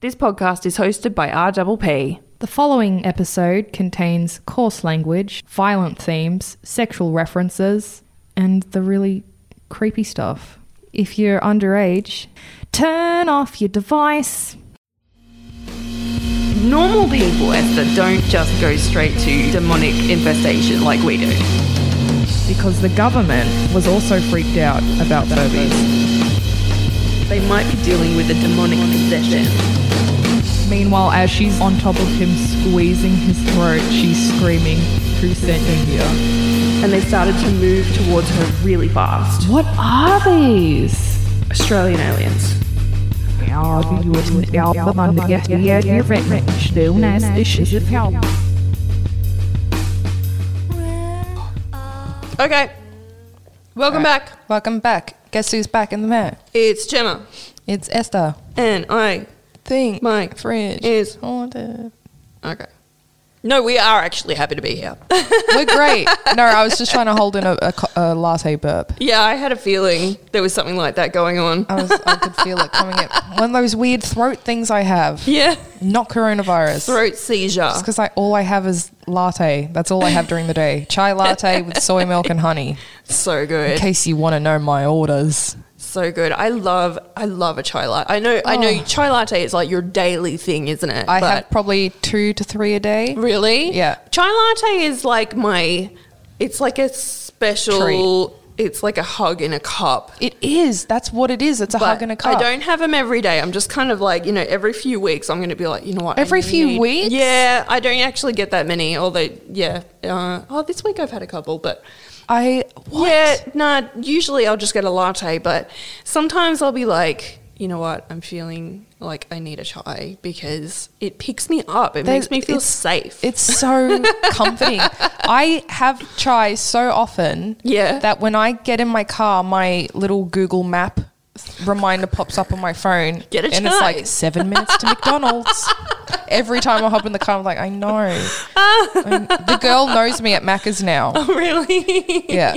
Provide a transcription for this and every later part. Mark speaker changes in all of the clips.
Speaker 1: This podcast is hosted by RPP.
Speaker 2: The following episode contains coarse language, violent themes, sexual references, and the really creepy stuff. If you're underage, turn off your device.
Speaker 1: Normal people, Esther, don't just go straight to demonic infestation like we do.
Speaker 2: Because the government was also freaked out about Furbies.
Speaker 1: They might be dealing with a demonic possession.
Speaker 2: Meanwhile, as she's on top of him, squeezing his throat, she's screaming, Who sent me here?
Speaker 1: And they started to move towards her really fast.
Speaker 2: What are these?
Speaker 1: Australian aliens. Okay. Welcome back.
Speaker 3: Welcome back. Guess who's back in the mail?
Speaker 1: It's Gemma.
Speaker 3: It's Esther.
Speaker 1: And I
Speaker 3: Think
Speaker 1: My
Speaker 3: fridge
Speaker 1: is-
Speaker 3: haunted.
Speaker 1: Okay. No, we are actually happy to be here.
Speaker 3: We're great. No, I was just trying to hold in a, a, co- a latte burp.
Speaker 1: yeah, I had a feeling there was something like that going on.
Speaker 3: I was I could feel it coming. At, one of those weird throat things I have.
Speaker 1: yeah.
Speaker 3: Not coronavirus.
Speaker 1: Throat seizure.
Speaker 3: Because I all I have is latte. That's all I have during the day. Chai latte with soy milk and honey.
Speaker 1: So
Speaker 3: In
Speaker 1: good.
Speaker 3: case you want to know my orders.
Speaker 1: So good. I love I love a chai latte. I know I know chai latte is like your daily thing, isn't it?
Speaker 3: Oh. I
Speaker 1: But-
Speaker 3: have probably two to three a day.
Speaker 1: really?
Speaker 3: Yeah.
Speaker 1: Chai latte is like my it's like a special it's like a hug in a cup.
Speaker 3: It is. That's what it is. It's a hug
Speaker 1: But
Speaker 3: and a cup.
Speaker 1: I don't have them every day. I'm just kind of like, you know, every few weeks I'm going to be like, you know what? I
Speaker 3: Every few
Speaker 1: need-
Speaker 3: weeks?
Speaker 1: Yeah, I don't actually get that many. Although, yeah. Uh, oh, this week I've had a couple, but.
Speaker 3: I what?
Speaker 1: Yeah, nah, usually I'll just get a latte, but sometimes I'll be like, you know what? I'm feeling like I need a chai because it picks me up. It makes
Speaker 3: There's-
Speaker 1: me feel
Speaker 3: it's-
Speaker 1: safe.
Speaker 3: It's so comforting. I have chai so often
Speaker 1: Yeah.
Speaker 3: that when I get in my car, my little Google map reminder pops up on my phone.
Speaker 1: Get a
Speaker 3: and it's
Speaker 1: chai.
Speaker 3: like seven minutes to McDonald's. Every time I hop in the car, I'm like, I know. I'm- the girl knows me at Macca's now.
Speaker 1: really?
Speaker 3: Yeah.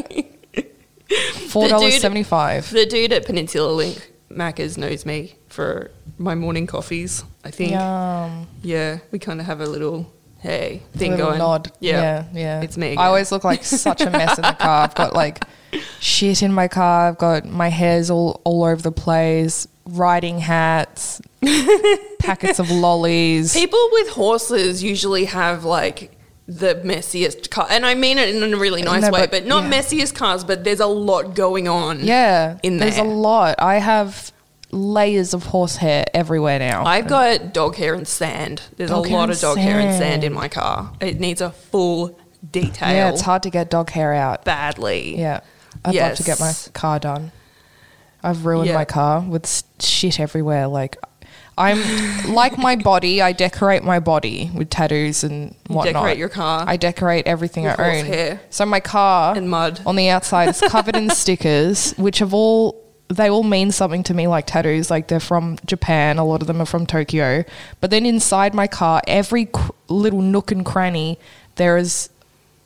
Speaker 3: Four dollars seventy five.
Speaker 1: The dude at Peninsula Link, Macca's, knows me for my morning coffees, I think.
Speaker 3: Yum.
Speaker 1: Yeah, we kind of have a little hey
Speaker 3: A
Speaker 1: thing
Speaker 3: little
Speaker 1: going.
Speaker 3: nod.
Speaker 1: Yeah,
Speaker 3: yeah, yeah.
Speaker 1: It's me.
Speaker 3: I always look like such a mess in the car. I've got like shit in my car. I've got my hair's all all over the place. Riding hats, packets of lollies.
Speaker 1: people with horses usually have like the messiest car, and I mean it in a really nice
Speaker 3: No,
Speaker 1: way, but,
Speaker 3: but-
Speaker 1: not
Speaker 3: yeah.
Speaker 1: messiest cars. But there's a lot going on.
Speaker 3: yeah,
Speaker 1: in
Speaker 3: there's
Speaker 1: there.
Speaker 3: a lot. I have layers of horsehair everywhere now.
Speaker 1: I've got dog hair and sand. There's
Speaker 3: Dog
Speaker 1: a
Speaker 3: hair
Speaker 1: lot
Speaker 3: and
Speaker 1: of dog hair and sand
Speaker 3: sand.
Speaker 1: in my car. It needs a full detail.
Speaker 3: yeah, it's hard to get dog hair out.
Speaker 1: badly.
Speaker 3: Yeah, I'd love to get my
Speaker 1: Yes.
Speaker 3: car done. I've ruined
Speaker 1: Yeah.
Speaker 3: my car with s- shit everywhere. Like, I'm like my body. I decorate my body with tattoos and whatnot.
Speaker 1: decorate your car
Speaker 3: I decorate everything
Speaker 1: with
Speaker 3: I own.
Speaker 1: horsehair
Speaker 3: So my car
Speaker 1: and mud.
Speaker 3: on the outside is covered in stickers, which have all they all mean something to me. Like tattoos, like they're from Japan. A lot of them are from Tokyo. But then inside my car, every cr- little nook and cranny, there is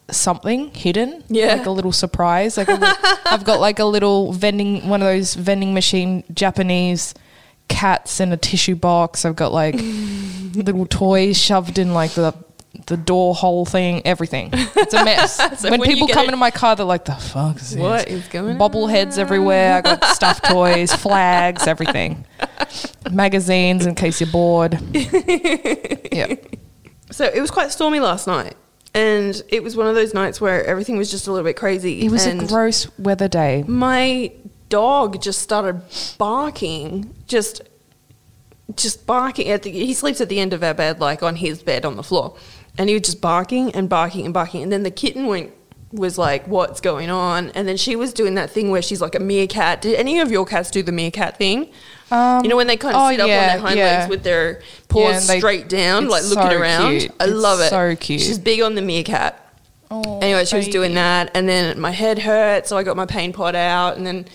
Speaker 3: something hidden
Speaker 1: Yeah.
Speaker 3: like a little surprise like a li- i've got like a little vending one of those vending machine japanese cats in a tissue box i've got like little toys shoved in like the the door hole thing everything it's a mess
Speaker 1: So
Speaker 3: when,
Speaker 1: when you
Speaker 3: people
Speaker 1: get
Speaker 3: come
Speaker 1: it-
Speaker 3: into my car they're like the fuck is this?
Speaker 1: What is going
Speaker 3: bobbleheads everywhere i got stuffed toys flags everything magazines in case you're bored yeah
Speaker 1: So it was quite stormy last night, and it was one of those nights where everything was just a little bit crazy.
Speaker 3: it was
Speaker 1: and
Speaker 3: a gross weather day
Speaker 1: my dog just started barking, just just barking at the he sleeps at the end of our bed, like on his bed on the floor. And he was just barking and barking and barking. And then the kitten went was like, What's going on? And then she was doing that thing where she's like a meerkat. Did any of your cats do the meerkat thing?
Speaker 3: Um,
Speaker 1: you know when they kind of
Speaker 3: oh,
Speaker 1: sit up on
Speaker 3: yeah,
Speaker 1: their hind
Speaker 3: yeah.
Speaker 1: legs with their paws
Speaker 3: Yeah, and they-
Speaker 1: straight down,
Speaker 3: it's
Speaker 1: like looking
Speaker 3: so
Speaker 1: around.
Speaker 3: cute.
Speaker 1: I
Speaker 3: It's
Speaker 1: love it.
Speaker 3: so cute.
Speaker 1: She's big on the meerkat
Speaker 3: Oh,
Speaker 1: anyway, she was doing
Speaker 3: baby.
Speaker 1: that, and then my head hurt, so I got my pain pod out, and then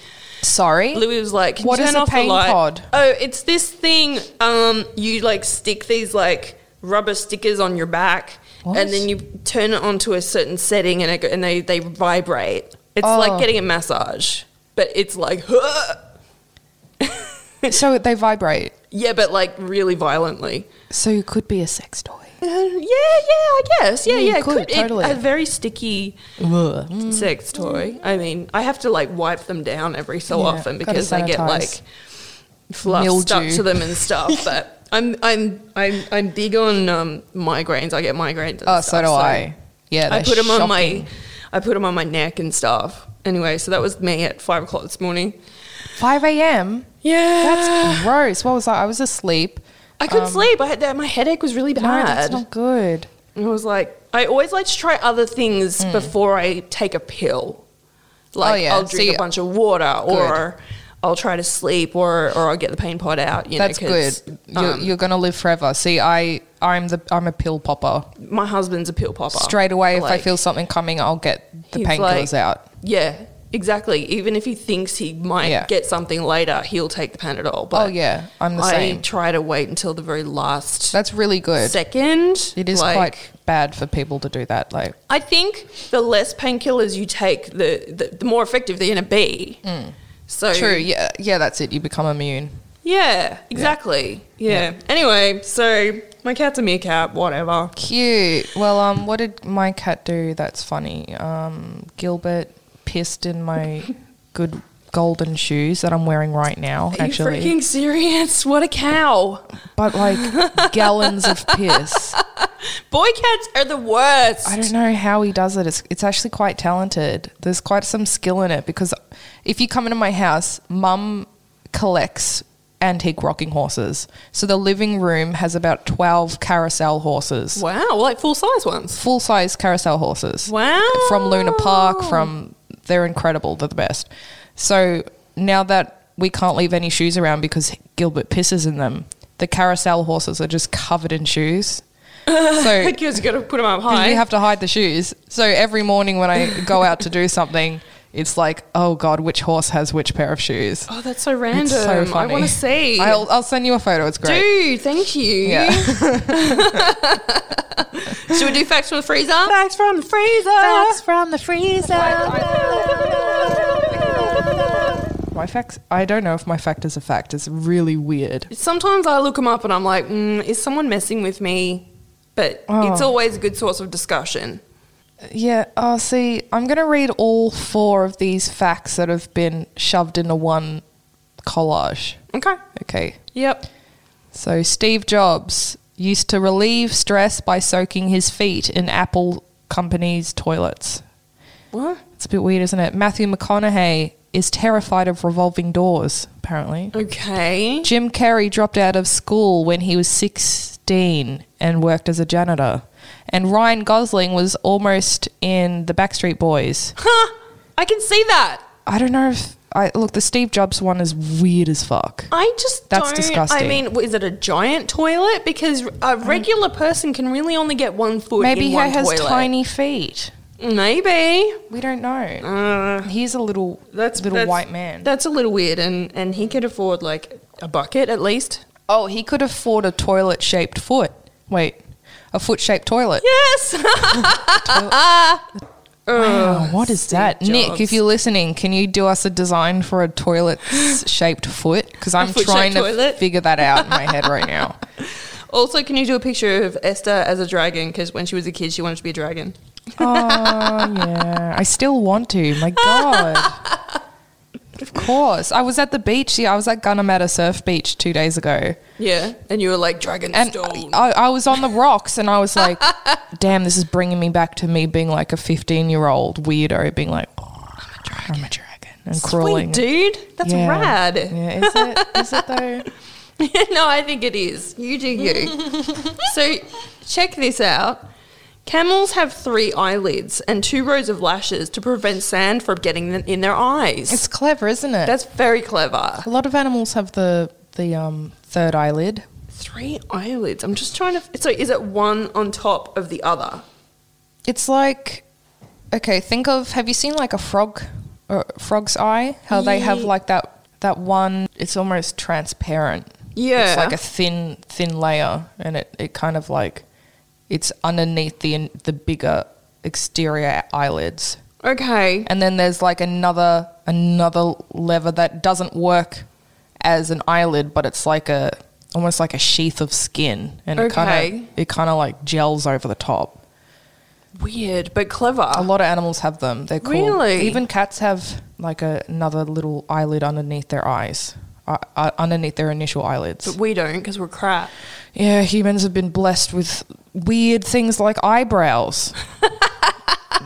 Speaker 3: Sorry.
Speaker 1: Louis was like, Can
Speaker 3: What
Speaker 1: you
Speaker 3: is
Speaker 1: turn
Speaker 3: a
Speaker 1: off
Speaker 3: pain
Speaker 1: the light?
Speaker 3: pod?
Speaker 1: Oh, it's this thing. Um, you like stick these like rubber stickers on your back,
Speaker 3: What?
Speaker 1: and then you turn it onto a certain setting, and it go- and they they vibrate. It's
Speaker 3: Oh.
Speaker 1: like getting a massage, but it's like.
Speaker 3: So they vibrate.
Speaker 1: Yeah, but like really violently.
Speaker 3: So it could be a sex toy.
Speaker 1: Uh, yeah, yeah, I guess. Yeah,
Speaker 3: Yeah, you
Speaker 1: yeah, it
Speaker 3: could,
Speaker 1: it-
Speaker 3: totally.
Speaker 1: a very sticky
Speaker 3: Mm.
Speaker 1: sex toy. I mean, I have to like wipe them down every so
Speaker 3: Yeah,
Speaker 1: often
Speaker 3: gotta
Speaker 1: because they get
Speaker 3: sanitize.
Speaker 1: like fluff stuck
Speaker 3: Mildew.
Speaker 1: to them and stuff. but I'm I'm I'm I'm big on um, migraines. I get migraines. And
Speaker 3: Oh,
Speaker 1: stuff,
Speaker 3: so do I. Yeah,
Speaker 1: I
Speaker 3: they're
Speaker 1: put them on my
Speaker 3: shocking.
Speaker 1: I put them on my neck and stuff. Anyway, so that was me at five o'clock this morning.
Speaker 3: 5 a.m.
Speaker 1: Yeah,
Speaker 3: That's gross. What was that? I was asleep.
Speaker 1: I couldn't
Speaker 3: um,
Speaker 1: sleep. I had that. My headache was really bad.
Speaker 3: No, that's not good.
Speaker 1: And I was like, I always like to try other things before I take a pill. Like
Speaker 3: Hmm. Oh, yeah.
Speaker 1: I'll drink
Speaker 3: See,
Speaker 1: a bunch of water, or I'll try to sleep, or or I'll get the pain pod out. You
Speaker 3: That's
Speaker 1: know, 'cause,
Speaker 3: good.
Speaker 1: um,
Speaker 3: you're, you're gonna live forever. See, I I'm the I'm a pill popper.
Speaker 1: my husband's a pill popper.
Speaker 3: Straight away, if I
Speaker 1: Like,
Speaker 3: feel something coming, I'll get the
Speaker 1: he's
Speaker 3: painkillers
Speaker 1: like-
Speaker 3: out.
Speaker 1: yeah, exactly. Even if he thinks he might
Speaker 3: Yeah.
Speaker 1: get something later, he'll take the Panadol. But
Speaker 3: Oh, yeah. I'm the
Speaker 1: I
Speaker 3: same.
Speaker 1: try to wait until the very last
Speaker 3: That's really good.
Speaker 1: second.
Speaker 3: It is
Speaker 1: Like,
Speaker 3: quite bad for people to do that. Like,
Speaker 1: I think the less painkillers you take, the, the, the more effective they're going to be. So
Speaker 3: Hmm. true. Yeah, yeah. That's it. You become immune.
Speaker 1: Yeah, exactly. Yeah. Anyway, so my cat's a meerkat, whatever.
Speaker 3: Cute. Well, um, what did my cat do? That's funny. Um, Gilbert pissed in my good golden shoes that I'm wearing right now.
Speaker 1: Are
Speaker 3: actually,
Speaker 1: you freaking serious? What a cow.
Speaker 3: but like gallons of piss.
Speaker 1: Boy cats are the worst.
Speaker 3: I don't know how he does it. It's, it's actually quite talented. There's quite some skill in it because if you come into my house, mum collects antique rocking horses. So the living room has about 12 carousel horses,
Speaker 1: Wow, like full size ones.
Speaker 3: full size carousel horses.
Speaker 1: Wow.
Speaker 3: From Luna Park, from they're incredible. They're the best. So now that we can't leave any shoes around because Gilbert pisses in them, the carousel horses are just covered in shoes. So
Speaker 1: Because you got to put them up high.
Speaker 3: because you have to hide the shoes. So every morning when I go out to do something, it's like, oh god, which horse has which pair of shoes?
Speaker 1: oh, that's so
Speaker 3: It's
Speaker 1: random.
Speaker 3: so
Speaker 1: I
Speaker 3: funny.
Speaker 1: want to see.
Speaker 3: I'll, I'll send you a photo. It's great.
Speaker 1: do. Thank you.
Speaker 3: Yeah.
Speaker 1: Should we do facts from the freezer? Facts from the freezer.
Speaker 3: from the freezer. My facts. I don't know if my fact is a fact. It's really weird.
Speaker 1: Sometimes I look them up and I'm like, mm, is someone messing with me? But
Speaker 3: Oh.
Speaker 1: it's always a good source of discussion.
Speaker 3: Yeah. Oh, see, I'm gonna read all four of these facts that have been shoved into one collage.
Speaker 1: Okay.
Speaker 3: Okay.
Speaker 1: Yep.
Speaker 3: So Steve Jobs used to relieve stress by soaking his feet in Apple company's toilets.
Speaker 1: What?
Speaker 3: It's a bit weird, isn't it? Matthew McConaughey is terrified of revolving doors, apparently.
Speaker 1: Okay.
Speaker 3: Jim Carrey dropped out of school when he was 16 and worked as a janitor. And Ryan Gosling was almost in the Backstreet Boys.
Speaker 1: Huh. I can see that.
Speaker 3: I don't know if I look, the Steve Jobs one is weird as fuck.
Speaker 1: I just
Speaker 3: That's
Speaker 1: don't,
Speaker 3: disgusting.
Speaker 1: I mean, w- is it a giant toilet? Because a regular person can really only get one foot.
Speaker 3: Maybe
Speaker 1: in
Speaker 3: he
Speaker 1: one
Speaker 3: has
Speaker 1: toilet.
Speaker 3: tiny feet.
Speaker 1: Maybe
Speaker 3: We don't know.
Speaker 1: uh,
Speaker 3: He's a little
Speaker 1: that's
Speaker 3: little
Speaker 1: that's-
Speaker 3: white man.
Speaker 1: That's a little weird, and and he could afford like a bucket at least.
Speaker 3: oh, he could afford a toilet shaped foot. Wait, a foot shaped toilet.
Speaker 1: Yes. Oh.
Speaker 3: Wow, what is that,
Speaker 1: Steve
Speaker 3: Nick?
Speaker 1: Jobs.
Speaker 3: If you're listening, can you do us a design for a toilet shaped foot? Because I'm
Speaker 1: foot-shaped
Speaker 3: trying to
Speaker 1: toilet?
Speaker 3: figure that out in my head right now.
Speaker 1: also, can you do a picture of Esther as a dragon? Because when she was a kid, she wanted to be a dragon.
Speaker 3: Oh yeah, I still want to. My God. Of course, I was at the beach. Yeah, I was at Gunnamatta Surf Beach two days ago.
Speaker 1: Yeah, and you were like dragon
Speaker 3: and uh,
Speaker 1: stone.
Speaker 3: I, I was on the rocks and I was like, damn, this is bringing me back to me being like a 15 year old weirdo, being like, "Oh, I'm a dragon. And crawling.
Speaker 1: Sweet dude, that's
Speaker 3: Yeah.
Speaker 1: rad.
Speaker 3: Yeah, is it? Is it though?
Speaker 1: no, I think it is. You do you. so check this out. Camels have three eyelids and two rows of lashes to prevent sand from getting them in their eyes.
Speaker 3: It's clever, isn't it?
Speaker 1: That's very clever.
Speaker 3: a lot of animals have the the um, third eyelid.
Speaker 1: Three eyelids. I'm just trying to. So is it one on top of the other?
Speaker 3: It's like, okay, think of have you seen like a frog or frog's eye? How they have
Speaker 1: Ye-
Speaker 3: like that that one. It's almost transparent.
Speaker 1: Yeah.
Speaker 3: it's like a thin thin layer, and it it kind of like it's underneath the the bigger exterior eyelids.
Speaker 1: Okay.
Speaker 3: And then there's like another another lever that doesn't work as an eyelid, but it's like a almost like a sheath of skin, and it
Speaker 1: Okay.
Speaker 3: kind of it kind of like gels over the top.
Speaker 1: Weird, but clever.
Speaker 3: A lot of animals have them. They're cool.
Speaker 1: Really?
Speaker 3: Even cats have like a, another little eyelid underneath their eyes, uh, uh, underneath their initial eyelids.
Speaker 1: But we don't because we're crap.
Speaker 3: Yeah, humans have been blessed with weird things like eyebrows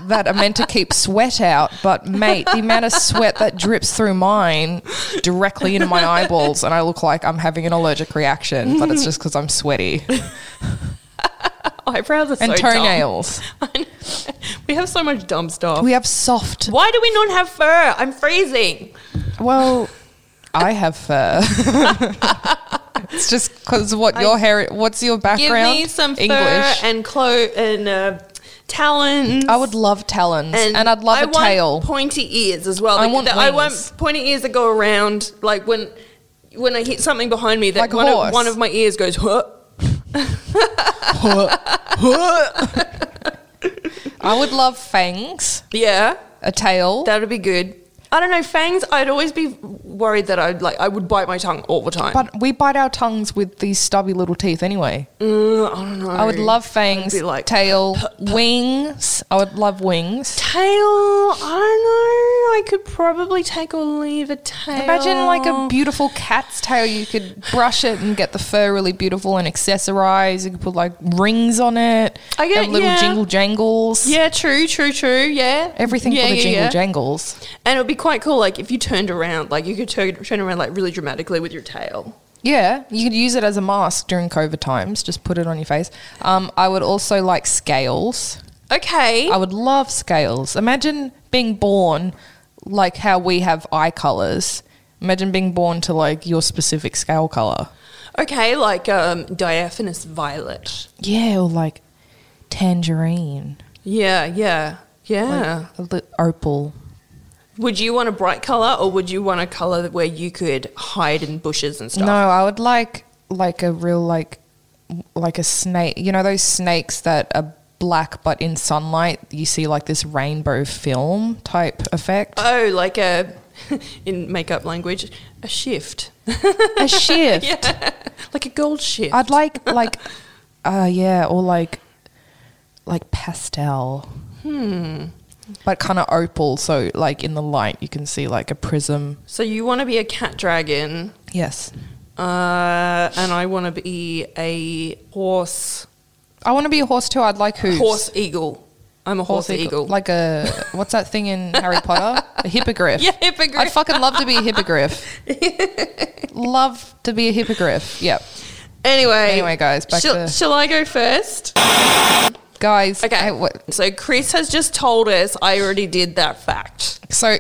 Speaker 3: that are meant to keep sweat out. But, mate, the amount of sweat that drips through mine directly into my eyeballs, and I look like I'm having an allergic reaction, but it's just because I'm sweaty.
Speaker 1: Eyebrows are so
Speaker 3: And
Speaker 1: dumb.
Speaker 3: toenails.
Speaker 1: We have so much dumb stuff.
Speaker 3: We have soft.
Speaker 1: Why do we not have fur? I'm freezing.
Speaker 3: Well, I have fur. it's just because what your hair, what's your
Speaker 1: Give
Speaker 3: background?
Speaker 1: me some fur and clo- and uh, talons.
Speaker 3: I would love talons, and, I'd love
Speaker 1: I
Speaker 3: a
Speaker 1: want
Speaker 3: tail.
Speaker 1: Pointy ears as well.
Speaker 3: I
Speaker 1: The-
Speaker 3: want
Speaker 1: the- I
Speaker 3: wings.
Speaker 1: want pointy ears that go around. Like when when I hit something behind me, that
Speaker 3: Like a
Speaker 1: one, of,
Speaker 3: horse.
Speaker 1: one of my ears goes. Huh?
Speaker 3: I would love fangs,
Speaker 1: Yeah,
Speaker 3: a tail.
Speaker 1: that would be good. I don't know fangs. I'd always be worried that I'd like I would bite my tongue all the time.
Speaker 3: but we bite our tongues with these stubby little teeth anyway.
Speaker 1: Mm, I don't know.
Speaker 3: I would love fangs,
Speaker 1: be like,
Speaker 3: tail, wings. I would love wings.
Speaker 1: tail. I don't know. I could probably take or leave a tail.
Speaker 3: Imagine like a beautiful cat's tail. You could brush it and get the fur really beautiful and accessorize. You could put like rings on it.
Speaker 1: I get-
Speaker 3: and little
Speaker 1: yeah.
Speaker 3: jingle jangles.
Speaker 1: Yeah, true, true, true. Yeah,
Speaker 3: Everything
Speaker 1: yeah,
Speaker 3: for the
Speaker 1: yeah,
Speaker 3: jingle
Speaker 1: yeah.
Speaker 3: jangles.
Speaker 1: And it would be quite cool, like if you turned around, like you could turn, turn around like really dramatically with your tail.
Speaker 3: Yeah, you could use it as a mask during COVID times. Just put it on your face. Um, I would also like scales.
Speaker 1: Okay.
Speaker 3: I would love scales. Imagine being born like how we have eye colors. Imagine being born to like your specific scale color.
Speaker 1: Okay, like um, diaphanous violet.
Speaker 3: Yeah, or like tangerine,
Speaker 1: Yeah, yeah, yeah.
Speaker 3: like a li- opal.
Speaker 1: would you want a bright color, or would you want a color where you could hide in bushes and stuff?
Speaker 3: No, I would like like a real like like a snake. You know those snakes that are black but in sunlight you see like this rainbow film type effect.
Speaker 1: Oh, like a in makeup language, a shift,
Speaker 3: a shift.
Speaker 1: like a gold shift.
Speaker 3: I'd like like uh yeah, or like like pastel. Hmm. But kind of opal, so like in the light you can see like a prism.
Speaker 1: so you want to be a cat dragon,
Speaker 3: Yes.
Speaker 1: uh, and I want to be a horse,
Speaker 3: I want to be a horse too. I'd like hooves.
Speaker 1: horse eagle. I'm a horse, eagle.
Speaker 3: Like a what's that thing in Harry Potter? A hippogriff.
Speaker 1: Yeah, hippogriff.
Speaker 3: I'd fucking love to be a hippogriff. love to be a hippogriff. Yep.
Speaker 1: Anyway,
Speaker 3: Anyway, guys, back
Speaker 1: shall,
Speaker 3: to-
Speaker 1: shall I go first?
Speaker 3: Guys.
Speaker 1: Okay.
Speaker 3: I- what,
Speaker 1: So Chris has just told us I already did that fact.
Speaker 3: So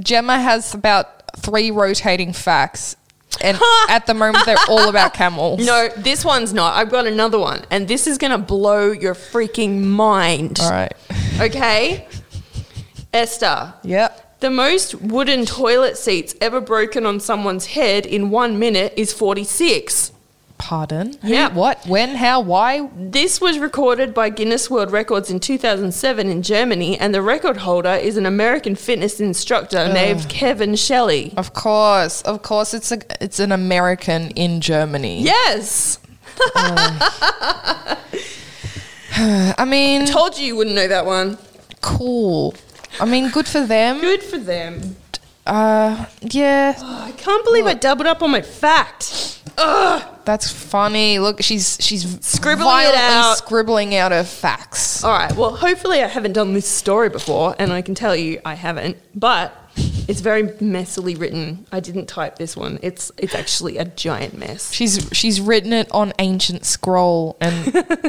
Speaker 3: Gemma has about three rotating facts, and at the moment they're all about camels.
Speaker 1: No, this one's not. I've got another one, and this is gonna blow your freaking mind.
Speaker 3: All right.
Speaker 1: Okay, Esther.
Speaker 3: Yep.
Speaker 1: The most wooden toilet seats ever broken on someone's head in one minute is 46.
Speaker 3: Pardon.
Speaker 1: Yeah.
Speaker 3: Who, what? When? How? Why?
Speaker 1: This was recorded by Guinness World Records in 2007 in Germany, and the record holder is an American fitness instructor named Kevin Shelley.
Speaker 3: Of course. Of course. It's a. It's an American in Germany.
Speaker 1: Yes.
Speaker 3: I mean,
Speaker 1: Told you you wouldn't know that one.
Speaker 3: cool. I mean, good for them.
Speaker 1: Good for them.
Speaker 3: Uh, yeah,
Speaker 1: I can't believe I doubled up on my fact. Ugh.
Speaker 3: that's funny. Look, she's she's
Speaker 1: Scribbling it
Speaker 3: violently
Speaker 1: out.
Speaker 3: scribbling out her facts.
Speaker 1: All right. Well, hopefully I haven't done this story before, and I can tell you I haven't. But it's very messily written. I didn't type this one. It's it's actually a giant mess.
Speaker 3: She's she's written it on ancient scroll, and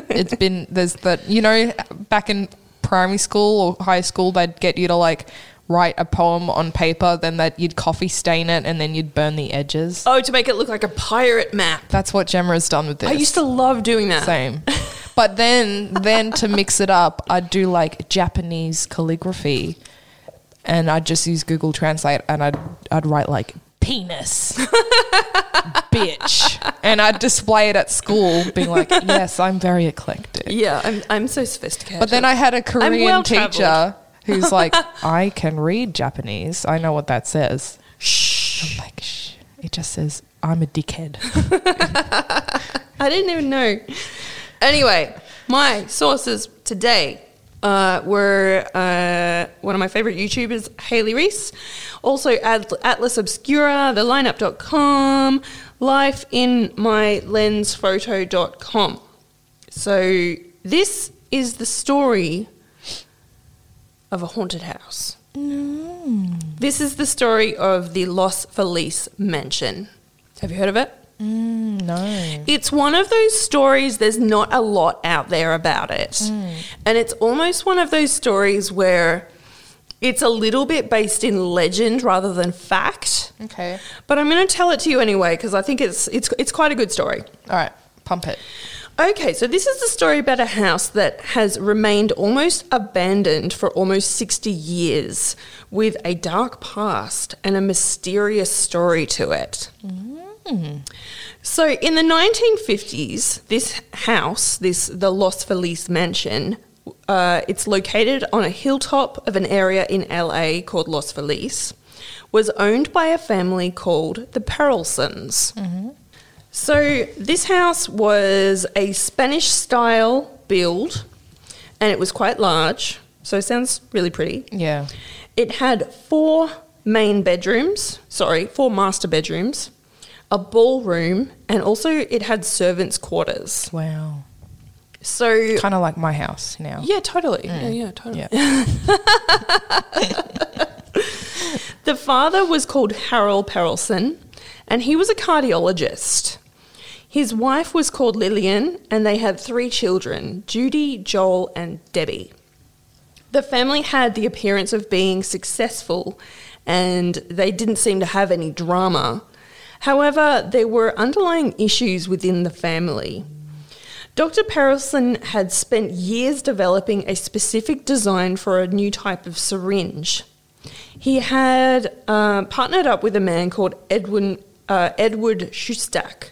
Speaker 3: it's been there's that you know back in primary school or high school they'd get you to like write a poem on paper, then that you'd coffee stain it, and then you'd burn the edges.
Speaker 1: Oh, to make it look like a pirate map.
Speaker 3: That's what Gemma has done with this.
Speaker 1: I used to love doing that.
Speaker 3: same, but then then to mix it up, I'd do like Japanese calligraphy, and I'd just use Google Translate, and I'd I'd write like penis. bitch. And I'd display it at school, being like, yes, I'm very eclectic.
Speaker 1: Yeah, I'm I'm so sophisticated.
Speaker 3: But then I had a Korean
Speaker 1: well-travelled.
Speaker 3: teacher who's like, I can read Japanese. I know what that says.
Speaker 1: shh.
Speaker 3: I'm like, shh. It just says I'm a dickhead.
Speaker 1: I didn't even know. Anyway, my sources today uh, were uh, one of my favorite YouTubers, Haley Reese, also Ad- Atlas Obscura, thelineup.com, life in my lens photo.com. So this is the story of a haunted house. This is the story of the Los Feliz mansion. Have you heard of it?
Speaker 3: no.
Speaker 1: It's one of those stories, there's not a lot out there about it. And it's almost one of those stories where it's a little bit based in legend rather than fact.
Speaker 3: Okay.
Speaker 1: But I'm going to tell it to you anyway because I think it's, it's, it's quite a good story.
Speaker 3: All right. Pump it.
Speaker 1: Okay, so this is the story about a house that has remained almost abandoned for almost 60 years with a dark past and a mysterious story to it. So in the 1950s, this house, this the Los Feliz mansion, uh, it's located on a hilltop of an area in LA called Los Feliz, was owned by a family called the Perelsons. So this house was a Spanish style build and it was quite large. So it sounds really pretty.
Speaker 3: Yeah.
Speaker 1: It had four main bedrooms, sorry, four master bedrooms, a ballroom, and also it had servants' quarters.
Speaker 3: Wow.
Speaker 1: So
Speaker 3: Kind of like my house now.
Speaker 1: yeah, totally. Yeah, yeah, totally. the father was called Harold Perelson, and he was a cardiologist. His wife was called Lillian, and they had three children Judy, Joel, and Debbie. The family had the appearance of being successful, and they didn't seem to have any drama. However, there were underlying issues within the family. Dr. Perelson had spent years developing a specific design for a new type of syringe. He had uh, partnered up with a man called Edwin, uh, Edward Shustak,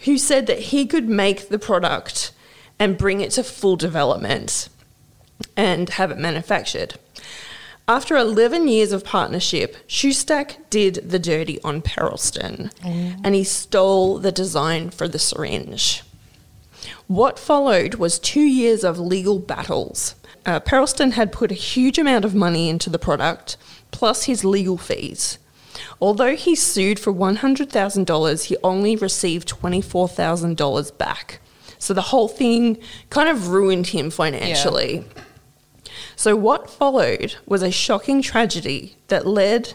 Speaker 1: who said that he could make the product and bring it to full development and have it manufactured. After 11 years of partnership, Shustak did the dirty on Perelston and he stole the design for the syringe. What followed was two years of legal battles. Uh, Perelston had put a huge amount of money into the product, plus his legal fees. Although he sued for $100,000, he only received $24,000 back. So the whole thing kind of ruined him financially. So, what followed was a shocking tragedy that led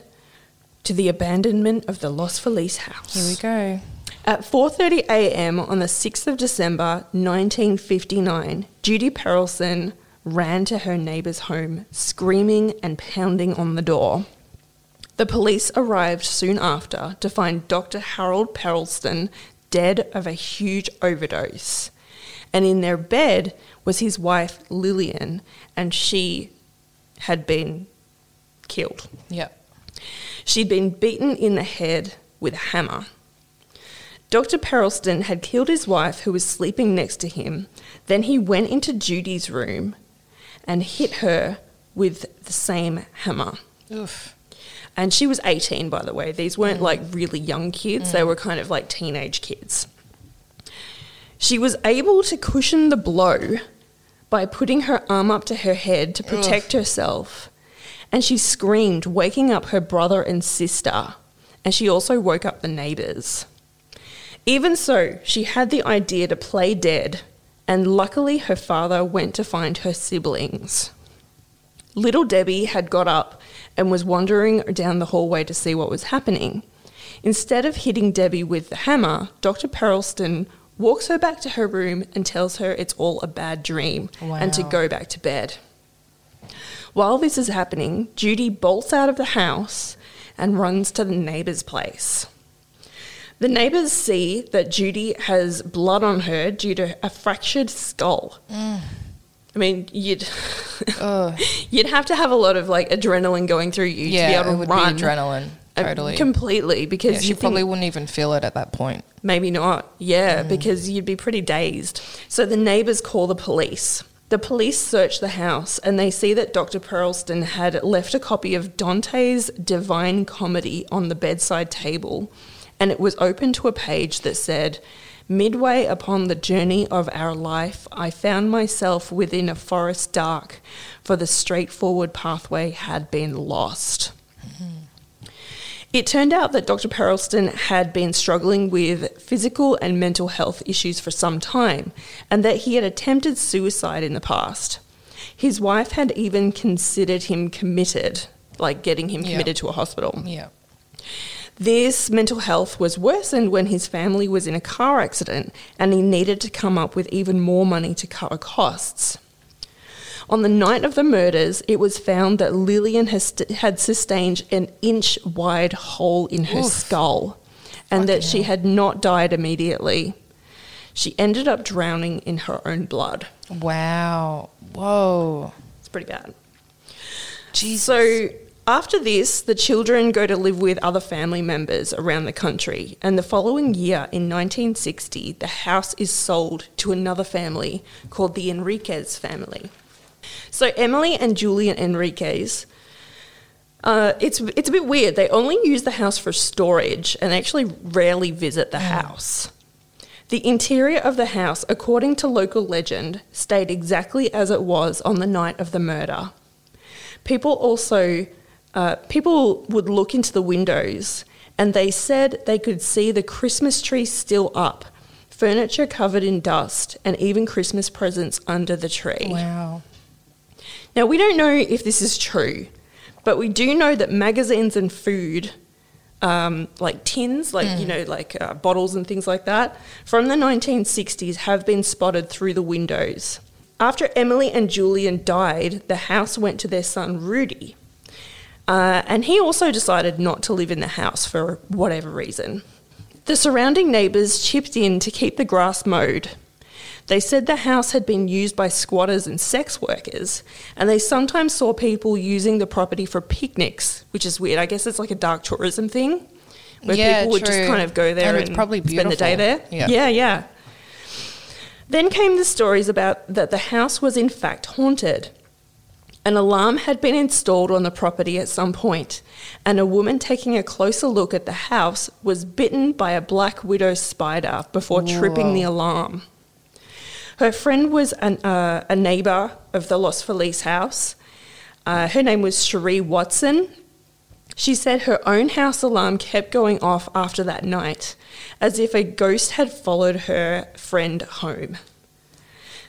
Speaker 1: to the abandonment of the Los Feliz house.
Speaker 3: Here we go.
Speaker 1: At 4:30 a.m. on the 6th of December 1959, Judy Perelson ran to her neighbor's home screaming and pounding on the door. The police arrived soon after to find Dr. Harold Perelston dead of a huge overdose. And in their bed was his wife Lillian, and she had been killed.
Speaker 3: Yep.
Speaker 1: She'd been beaten in the head with a hammer. Dr. Perelston had killed his wife, who was sleeping next to him. Then he went into Judy's room and hit her with the same hammer.
Speaker 3: Oof.
Speaker 1: And she was 18, by the way. These weren't like really young kids, they were kind of like teenage kids. She was able to cushion the blow by putting her arm up to her head to protect herself. And she screamed, waking up her brother and sister. And she also woke up the neighbours. Even so, she had the idea to play dead, and luckily her father went to find her siblings. Little Debbie had got up and was wandering down the hallway to see what was happening. Instead of hitting Debbie with the hammer, Dr. Perelston walks her back to her room and tells her it's all a bad dream and to
Speaker 3: Wow.
Speaker 1: go back to bed. While this is happening, Judy bolts out of the house and runs to the neighbor's place. The neighbors see that Judy has blood on her due to a fractured skull. I mean, you'd
Speaker 3: Ugh.
Speaker 1: you'd have to have a lot of like adrenaline going through you to be
Speaker 3: Yeah,
Speaker 1: able to
Speaker 3: it would
Speaker 1: run
Speaker 3: be adrenaline.
Speaker 1: uh,
Speaker 3: Totally.
Speaker 1: completely because
Speaker 3: Yeah,
Speaker 1: you
Speaker 3: she
Speaker 1: think-
Speaker 3: probably wouldn't even feel it at that point.
Speaker 1: Maybe not. Yeah, because you'd be pretty dazed. So the neighbors call the police. The police search the house and they see that Dr. Perlston had left a copy of Dante's Divine Comedy on the bedside table and it was open to a page that said, Midway upon the journey of our life, I found myself within a forest dark, for the straightforward pathway had been lost. It turned out that Dr. Perelston had been struggling with physical and mental health issues for some time, and that he had attempted suicide in the past. His wife had even considered him committed, like getting him
Speaker 3: Yeah.
Speaker 1: committed to a hospital.
Speaker 3: Yeah.
Speaker 1: This mental health was worsened when his family was in a car accident and he needed to come up with even more money to cover costs. On the night of the murders, it was found that Lillian has had sustained an inch wide hole in her
Speaker 3: Oof.
Speaker 1: skull and that she had not died immediately. She ended up drowning in her own blood.
Speaker 3: Wow. Whoa.
Speaker 1: It's pretty bad.
Speaker 3: Jesus.
Speaker 1: So after this, the children go to live with other family members around the country. And the following year, in 1960, the house is sold to another family called the Enriquez family. So Emily and Julian Enriquez. Uh, it's it's a bit weird. They only use the house for storage and actually rarely visit the house. The interior of the house, according to local legend, stayed exactly as it was on the night of the murder. People also, uh, people would look into the windows and they said they could see the Christmas tree still up, furniture covered in dust, and even Christmas presents under the tree.
Speaker 3: wow.
Speaker 1: Now, we don't know if this is true, but we do know that magazines and food, um, like tins, like, you know, like uh, bottles and things like that, from the 1960s have been spotted through the windows. After Emily and Julian died, the house went to their son Rudy. Uh, and he also decided not to live in the house for whatever reason. The surrounding neighbours chipped in to keep the grass mowed. They said the house had been used by squatters and sex workers, and they sometimes saw people using the property for picnics, which is weird. I guess it's like a dark tourism thing where
Speaker 3: Yeah,
Speaker 1: people would
Speaker 3: true.
Speaker 1: just kind of go there
Speaker 3: And
Speaker 1: and,
Speaker 3: it's probably
Speaker 1: spend the day there.
Speaker 3: beautiful.
Speaker 1: yeah,
Speaker 3: Yeah.
Speaker 1: yeah. Then came the stories about that the house was in fact haunted. An alarm had been installed on the property at some point, and a woman taking a closer look at the house was bitten by a black widow spider before tripping the alarm. Her friend was an, uh, a neighbour of the Los Feliz house. Uh, her name was Cherie Watson. She said her own house alarm kept going off after that night, as if a ghost had followed her friend home.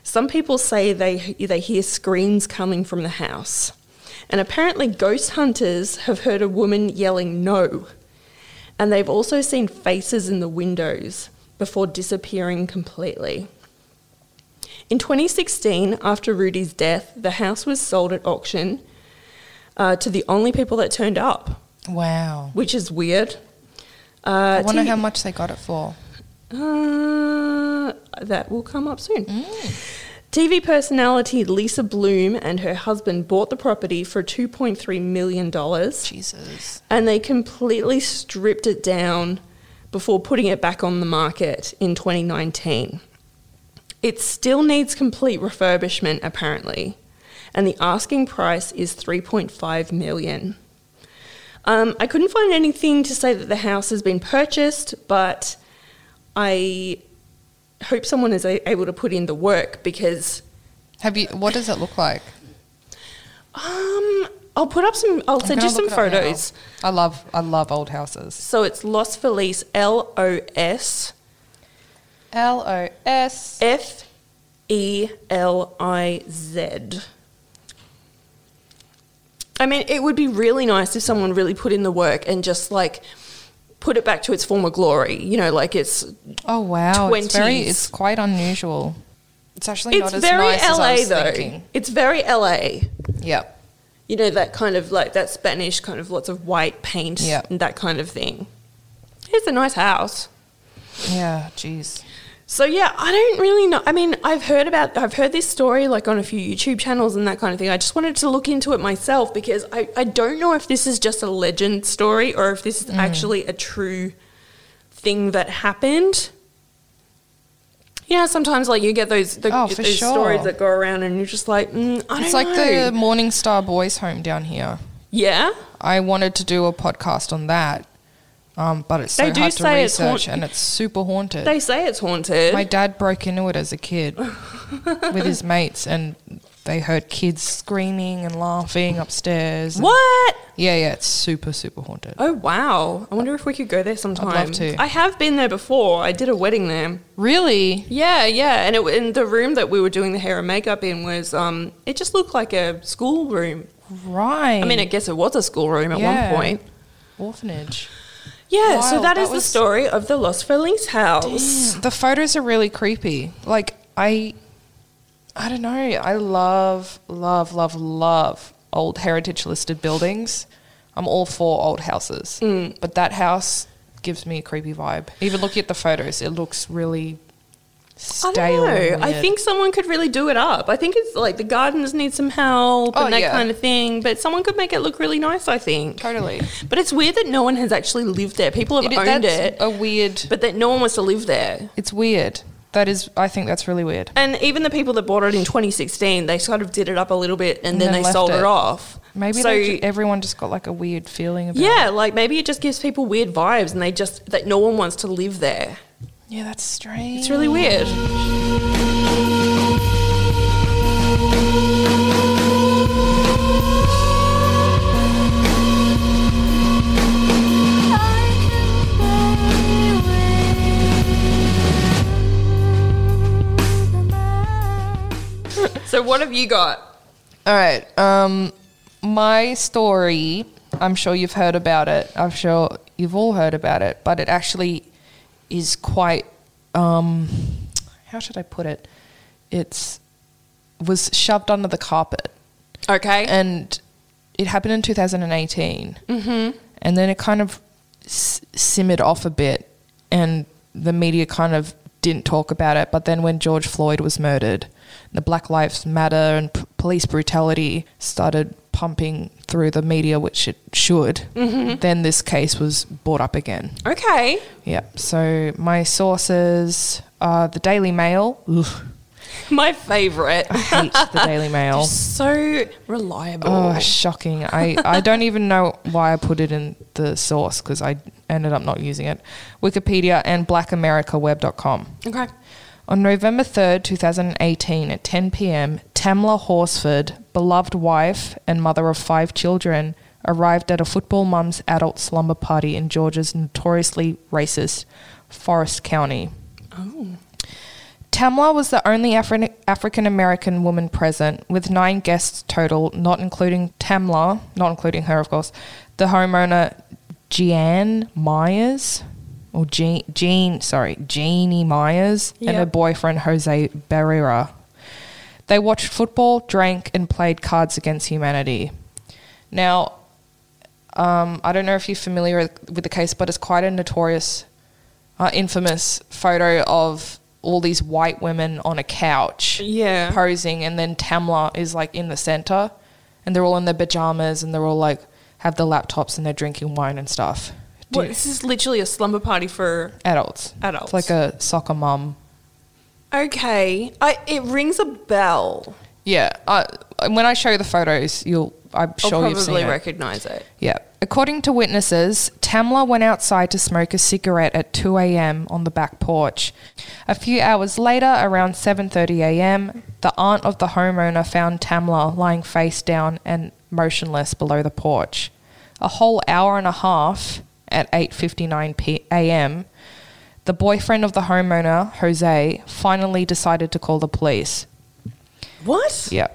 Speaker 1: Some people say they, they hear screams coming from the house. And apparently, ghost hunters have heard a woman yelling no. And they've also seen faces in the windows before disappearing completely. In 2016, after Rudy's death, the house was sold at auction uh, to the only people that turned up,
Speaker 3: Wow.
Speaker 1: which is weird. Uh,
Speaker 3: I wonder
Speaker 1: T-
Speaker 3: how much they got it for.
Speaker 1: uh, that will come up soon. TV personality Lisa Bloom and her husband bought the property for $2.3 million
Speaker 3: Jesus.
Speaker 1: and they completely stripped it down before putting it back on the market in 2019. It still needs complete refurbishment apparently, and the asking price is 3.5 million. Um, I couldn't find anything to say that the house has been purchased, but I hope someone is a- able to put in the work because
Speaker 3: Have you? What does it look like?
Speaker 1: um, I'll put up some. I'll send
Speaker 3: I'm
Speaker 1: you
Speaker 3: gonna
Speaker 1: some
Speaker 3: look it up now.
Speaker 1: photos.
Speaker 3: I love. I love old houses.
Speaker 1: So it's Los Feliz, L O S
Speaker 3: L O S.
Speaker 1: F E L I Z. I mean, it would be really nice if someone really put in the work and just like put it back to its former glory. You know, like it's
Speaker 3: Oh wow. It's very.
Speaker 1: 20s.
Speaker 3: It's quite unusual. It's actually
Speaker 1: it's
Speaker 3: not as
Speaker 1: very
Speaker 3: nice as I
Speaker 1: LA
Speaker 3: was
Speaker 1: though.
Speaker 3: thinking.
Speaker 1: It's very LA.
Speaker 3: Yep.
Speaker 1: You know that kind of like that Spanish kind of lots of white paint
Speaker 3: Yeah.
Speaker 1: and that kind of thing. It's a nice house.
Speaker 3: Yeah. Jeez.
Speaker 1: So yeah, I don't really know. I mean, I've heard about, I've heard this story like on a few YouTube channels and that kind of thing. I just wanted to look into it myself because I, I don't know if this is just a legend story or if
Speaker 3: Mm.
Speaker 1: this is actually a true thing that happened. You know, sometimes like you get those the,
Speaker 3: Oh, for
Speaker 1: those
Speaker 3: sure.
Speaker 1: stories that go around and you're just like, mm, I don't
Speaker 3: It's like
Speaker 1: know.
Speaker 3: the Morningstar Boys Home down here.
Speaker 1: yeah,
Speaker 3: I wanted to do a podcast on that. Um, but it's
Speaker 1: They
Speaker 3: so
Speaker 1: do
Speaker 3: hard to
Speaker 1: say it's
Speaker 3: research
Speaker 1: haunt-
Speaker 3: and it's super haunted.
Speaker 1: They say it's haunted.
Speaker 3: My dad broke into it as a kid with his mates, and they heard kids screaming and laughing upstairs. and-
Speaker 1: what?
Speaker 3: Yeah, yeah, it's super, super haunted.
Speaker 1: Oh wow! I wonder if we could go there sometime.
Speaker 3: to.
Speaker 1: I have been there before. I did a wedding there.
Speaker 3: Really?
Speaker 1: Yeah, yeah, and it in the room that we were doing the hair and makeup in was um, it just looked like a school room.
Speaker 3: Right.
Speaker 1: I mean, I guess it was a school room at
Speaker 3: Mm. Yeah.
Speaker 1: one point.
Speaker 3: orphanage.
Speaker 1: Yeah, so
Speaker 3: Wild,
Speaker 1: that
Speaker 3: that
Speaker 1: is the
Speaker 3: was-
Speaker 1: story of the Lost Feelings house.
Speaker 3: The photos are really creepy. Like I, I don't know. I love, love, love, love old heritage listed buildings. I'm all for old houses,
Speaker 1: Mm.
Speaker 3: but that house gives me a creepy vibe. Even looking at the photos, it looks really
Speaker 1: I
Speaker 3: stale.
Speaker 1: don't know.
Speaker 3: and
Speaker 1: I
Speaker 3: weird.
Speaker 1: think someone could really do it up. I think it's like the gardens need some help
Speaker 3: Oh,
Speaker 1: and that
Speaker 3: yeah.
Speaker 1: kind of thing, but someone could make it look really nice, I think.
Speaker 3: totally.
Speaker 1: But it's weird that no one has actually lived there. People have
Speaker 3: It-
Speaker 1: owned
Speaker 3: that's
Speaker 1: it,
Speaker 3: a weird.
Speaker 1: but that no one wants to live there.
Speaker 3: It's weird. That is. I think that's really weird.
Speaker 1: And even the people that bought it in 2016, they sort of did it up a little bit and, then,
Speaker 3: then
Speaker 1: they
Speaker 3: left
Speaker 1: sold it,
Speaker 3: it.
Speaker 1: off.
Speaker 3: Maybe
Speaker 1: so.
Speaker 3: they ju- everyone just got like a weird feeling about.
Speaker 1: yeah, like maybe it just gives people weird vibes and they just, that no one wants to live there.
Speaker 3: Yeah, that's strange.
Speaker 1: It's really weird. So, what have you got?
Speaker 3: All right. Um, my story. I'm sure you've heard about it. I'm sure you've all heard about it, but it actually is quite. Um, how should I put it? It's was shoved under the carpet,
Speaker 1: Okay.
Speaker 3: and it happened in 2018. Mm-hmm. And then it kind of s- simmered off a bit, and the media kind of didn't talk about it. But then when George Floyd was murdered, the Black Lives Matter and p- police brutality started pumping through the media, which it should, then this case was brought up again.
Speaker 1: okay.
Speaker 3: Yeah. So my sources are the Daily Mail. Ugh,
Speaker 1: My favorite.
Speaker 3: I hate the Daily Mail.
Speaker 1: So reliable.
Speaker 3: Oh, shocking! I, I don't even know why I put it in the source because I ended up not using it. Wikipedia and BlackAmericaWeb.com.
Speaker 1: okay.
Speaker 3: On November third, two thousand eighteen, at ten p.m., Tamla Horsford, beloved wife and mother of five children, arrived at a football mum's adult slumber party in Georgia's notoriously racist Forest County. Tamla was the only Afri- African American woman present, with nine guests total, not including Tamla, not including her, of course, the homeowner Jeanne Myers, or Jean, Jean sorry, Jeannie Myers, and her
Speaker 1: Yep.
Speaker 3: boyfriend Jose Barrera. They watched football, drank, and played Cards Against Humanity. Now, um, I don't know if you're familiar with the case, but it's quite a notorious, uh, infamous photo of all these white women on a couch,
Speaker 1: Yeah.
Speaker 3: posing, and then Tamla is like in the center, and they're all in their pajamas, and they're all like have their laptops, and they're drinking wine and stuff. Do
Speaker 1: What,
Speaker 3: you-
Speaker 1: this is literally a slumber party for.
Speaker 3: Adults,
Speaker 1: Adults.
Speaker 3: it's like a soccer mum.
Speaker 1: Okay. I, it rings a bell.
Speaker 3: Yeah, uh, when I show you the photos, you'll I'm
Speaker 1: I'll
Speaker 3: sure
Speaker 1: probably
Speaker 3: you've seen it.
Speaker 1: recognize it.
Speaker 3: Yeah. According to witnesses, Tamla went outside to smoke a cigarette at 2 a.m. on the back porch. A few hours later, around 7:30 a.m., the aunt of the homeowner found Tamla lying face down and motionless below the porch. A whole hour and a half at 8:59 p- a.m., the boyfriend of the homeowner, Jose, finally decided to call the police.
Speaker 1: What?
Speaker 3: Yeah.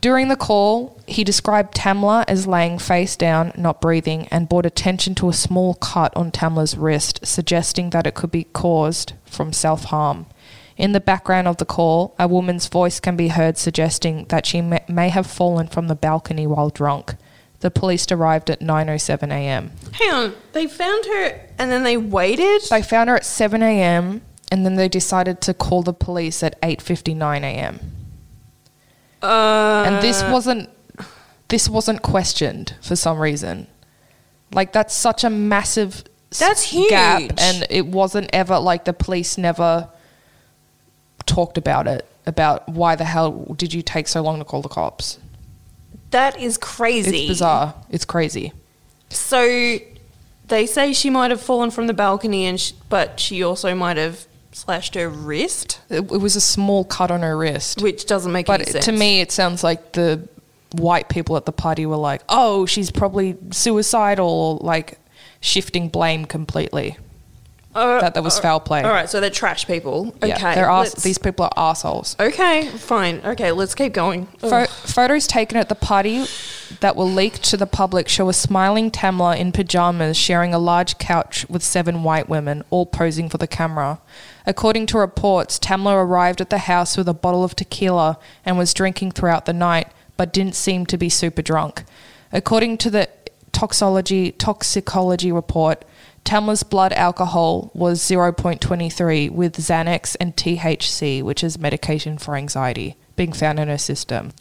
Speaker 3: During the call, he described Tamla as laying face down, not breathing, and brought attention to a small cut on Tamla's wrist, suggesting that it could be caused from self harm. In the background of the call, a woman's voice can be heard suggesting that she may, may have fallen from the balcony while drunk. The police arrived at 9:07 a.m.
Speaker 1: Hang on. They found her and then they waited?
Speaker 3: They found her at 7 a.m. and then they decided to call the police at 8:59 a.m.
Speaker 1: Uh,
Speaker 3: and this wasn't this wasn't questioned for some reason like that's such a massive s-
Speaker 1: That's huge.
Speaker 3: gap and it wasn't ever like the police never talked about it about why the hell did you take so long to call the cops
Speaker 1: that is crazy.
Speaker 3: it's bizarre it's crazy
Speaker 1: So They say she might have fallen from the balcony, and sh but she also might have slashed her wrist,
Speaker 3: It, it was a small cut on her wrist.
Speaker 1: which doesn't make
Speaker 3: But
Speaker 1: any
Speaker 3: it-
Speaker 1: sense.
Speaker 3: to me, it sounds like the white people at the party were like, oh, she's probably suicidal or like shifting blame completely.
Speaker 1: Uh,
Speaker 3: that there was
Speaker 1: uh,
Speaker 3: foul play.
Speaker 1: All right, so they're trash people. Okay,
Speaker 3: Yeah, they're ass-
Speaker 1: let's-
Speaker 3: these people are assholes.
Speaker 1: Okay, fine. Okay, let's keep going. Oh,
Speaker 3: Pho-
Speaker 1: Ugh.
Speaker 3: photos taken at the party that were leaked to the public show a smiling Tamla in pajamas sharing a large couch with seven white women, all posing for the camera. According to reports, Tamla arrived at the house with a bottle of tequila and was drinking throughout the night, but didn't seem to be super drunk. According to the toxology toxicology report, Tamla's blood alcohol was 0.23 with Xanax and THC, which is medication for anxiety, being found in her system.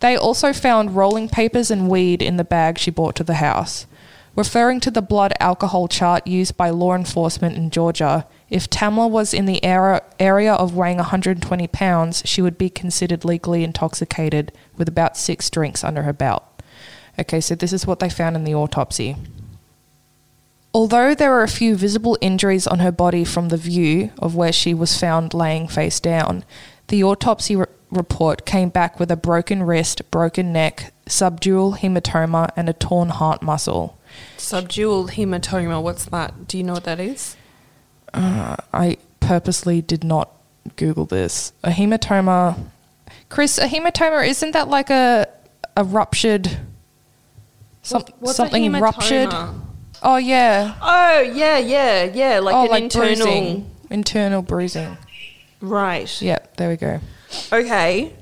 Speaker 3: They also found rolling papers and weed in the bag she brought to the house. Referring to the blood alcohol chart used by law enforcement in Georgia, if Tamla was in the era, area of weighing 120 pounds, she would be considered legally intoxicated with about six drinks under her belt. Okay, so this is what they found in the autopsy. Although there are a few visible injuries on her body from the view of where she was found laying face down, the autopsy re- report came back with a broken wrist, broken neck, subdural hematoma, and a torn heart muscle.
Speaker 1: Subdual hematoma. What's that? Do you know what that is?
Speaker 3: Uh, I purposely did not Google this. A hematoma. Chris, a hematoma, isn't that like a, a ruptured. Some,
Speaker 1: What's a
Speaker 3: something ruptured?
Speaker 1: hematoma?
Speaker 3: Oh, yeah.
Speaker 1: Oh yeah, yeah, yeah. Like an internal.
Speaker 3: Oh, bruising. internal bruising.
Speaker 1: Right.
Speaker 3: Yep, there we go.
Speaker 1: Okay.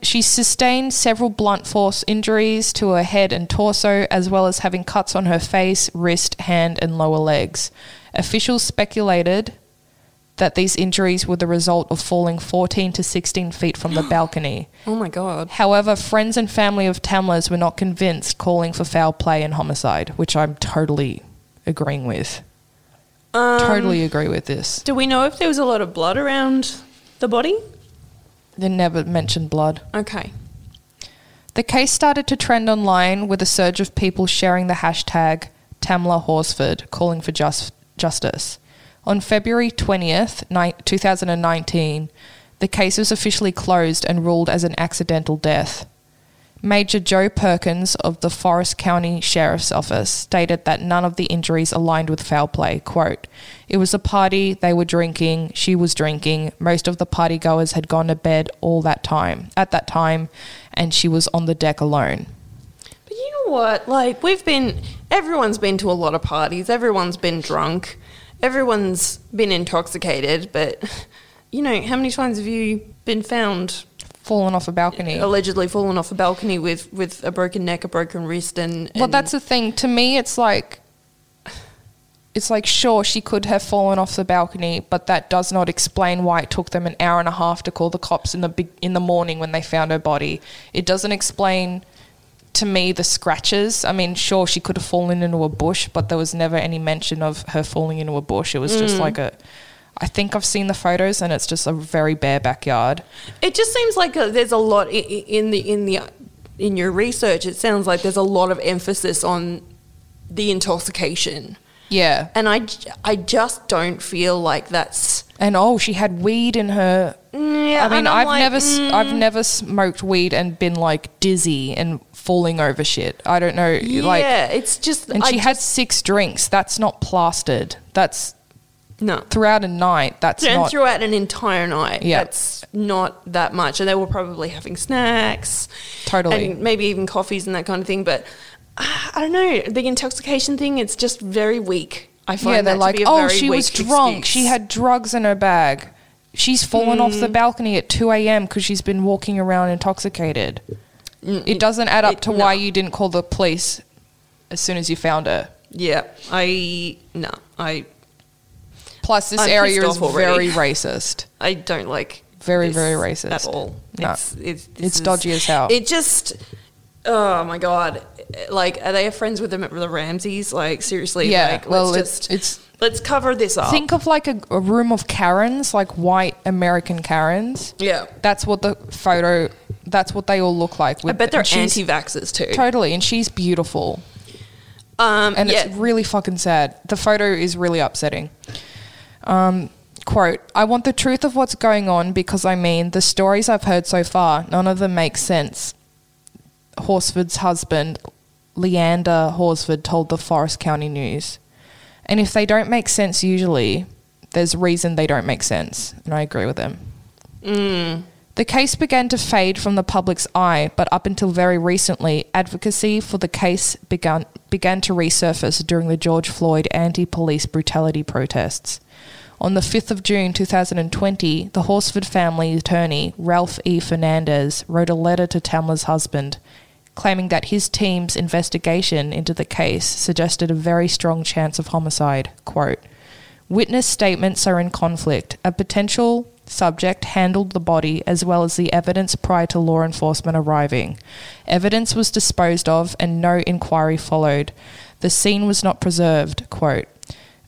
Speaker 3: She sustained several blunt force injuries to her head and torso, as well as having cuts on her face, wrist, hand, and lower legs. Officials speculated that these injuries were the result of falling 14 to 16 feet from the balcony.
Speaker 1: Oh my god.
Speaker 3: However, friends and family of Tamla's were not convinced, calling for foul play and homicide, which I'm totally agreeing with. totally agree with this.
Speaker 1: Do we know if there was a lot of blood around the body?
Speaker 3: They never mentioned blood.
Speaker 1: Okay.
Speaker 3: The case started to trend online with a surge of people sharing the hashtag Tamla Horsford calling for just, justice. On February 20th, ni- 2019, the case was officially closed and ruled as an accidental death. Major Joe Perkins of the Forest County Sheriff's Office stated that none of the injuries aligned with foul play. Quote, It was a party, they were drinking, she was drinking, most of the partygoers had gone to bed all that time at that time, and she was on the deck alone.
Speaker 1: But you know what? Like we've been everyone's been to a lot of parties, everyone's been drunk, everyone's been intoxicated, but you know, how many times have you been found
Speaker 3: Fallen off a balcony.
Speaker 1: allegedly fallen off a balcony with, with a broken neck, a broken wrist and,
Speaker 3: Well,
Speaker 1: and-
Speaker 3: that's the thing. To me, it's like, it's like, sure, she could have fallen off the balcony, but that does not explain why it took them an hour and a half to call the cops in the big, in the morning when they found her body. It doesn't explain to me the scratches. I mean, sure, she could have fallen into a bush, but there was never any mention of her falling into a bush. It was just like a. I think I've seen the photos, and it's just a very bare backyard.
Speaker 1: It just seems like uh there's a lot i- i- in the in the in your research. It sounds like there's a lot of emphasis on the intoxication,
Speaker 3: Yeah,
Speaker 1: and I j- I just don't feel like that's.
Speaker 3: and oh, she had weed in her
Speaker 1: Yeah,
Speaker 3: I mean,
Speaker 1: and I'm
Speaker 3: I've
Speaker 1: like,
Speaker 3: never, s
Speaker 1: mm,
Speaker 3: have never smoked weed and been like dizzy and falling over shit. I don't know, like.
Speaker 1: yeah, it's just.
Speaker 3: And
Speaker 1: I
Speaker 3: she had six drinks. That's not plastered. That's
Speaker 1: no.
Speaker 3: throughout a night. That's
Speaker 1: And
Speaker 3: not.
Speaker 1: throughout an entire night,
Speaker 3: Yeah.
Speaker 1: that's not that much, and they were probably having snacks,
Speaker 3: Totally.
Speaker 1: and maybe even coffees and that kind of thing. But uh, I don't know the intoxication thing—it's just very weak. I find
Speaker 3: yeah, they're
Speaker 1: that
Speaker 3: like,
Speaker 1: to be a
Speaker 3: oh,
Speaker 1: very
Speaker 3: she was
Speaker 1: weak
Speaker 3: drunk. She
Speaker 1: excuse."
Speaker 3: had drugs in her bag. She's fallen off
Speaker 1: Mm.
Speaker 3: the balcony at 2 a.m. because she's been walking around intoxicated. it doesn't add up
Speaker 1: Mm, it-
Speaker 3: to why
Speaker 1: no.
Speaker 3: you didn't call the police as soon as you found her.
Speaker 1: Yeah, I no, I
Speaker 3: Plus, this
Speaker 1: I'm
Speaker 3: area
Speaker 1: pissed off
Speaker 3: is
Speaker 1: already.
Speaker 3: very racist.
Speaker 1: I don't like
Speaker 3: Very,
Speaker 1: this
Speaker 3: very racist.
Speaker 1: at all.
Speaker 3: No.
Speaker 1: It's it's, this
Speaker 3: It's dodgy as hell.
Speaker 1: It just oh my god, like are they friends with the, the Ramses? Like seriously,
Speaker 3: Yeah,
Speaker 1: Like,
Speaker 3: well,
Speaker 1: let's
Speaker 3: it's-
Speaker 1: just
Speaker 3: it's-
Speaker 1: let's cover this up.
Speaker 3: Think of like a, a room of Karens, like white American Karens.
Speaker 1: yeah,
Speaker 3: That's what the photo. That's what they all look like.
Speaker 1: I
Speaker 3: With
Speaker 1: bet they're
Speaker 3: and she's-
Speaker 1: anti-vaxxers too.
Speaker 3: Totally, and she's beautiful.
Speaker 1: Um,
Speaker 3: and
Speaker 1: yeah.
Speaker 3: it's really fucking sad. The photo is really upsetting. Um, quote: I want the truth of what's going on because I mean the stories I've heard so far, none of them make sense. Horsford's husband, Leander Horsford, told the Forest County News, and if they don't make sense, usually there's reason they don't make sense, and I agree with them. The case began to fade from the public's eye, but up until very recently, advocacy for the case began, began to resurface during the George Floyd anti police brutality protests. On the 5th of June 2020, the Horsford family attorney, Ralph E. Fernandez, wrote a letter to Tamla's husband, claiming that his team's investigation into the case suggested a very strong chance of homicide. Quote, Witness statements are in conflict. A potential subject handled the body as well as the evidence prior to law enforcement arriving. Evidence was disposed of and no inquiry followed. The scene was not preserved. Quote.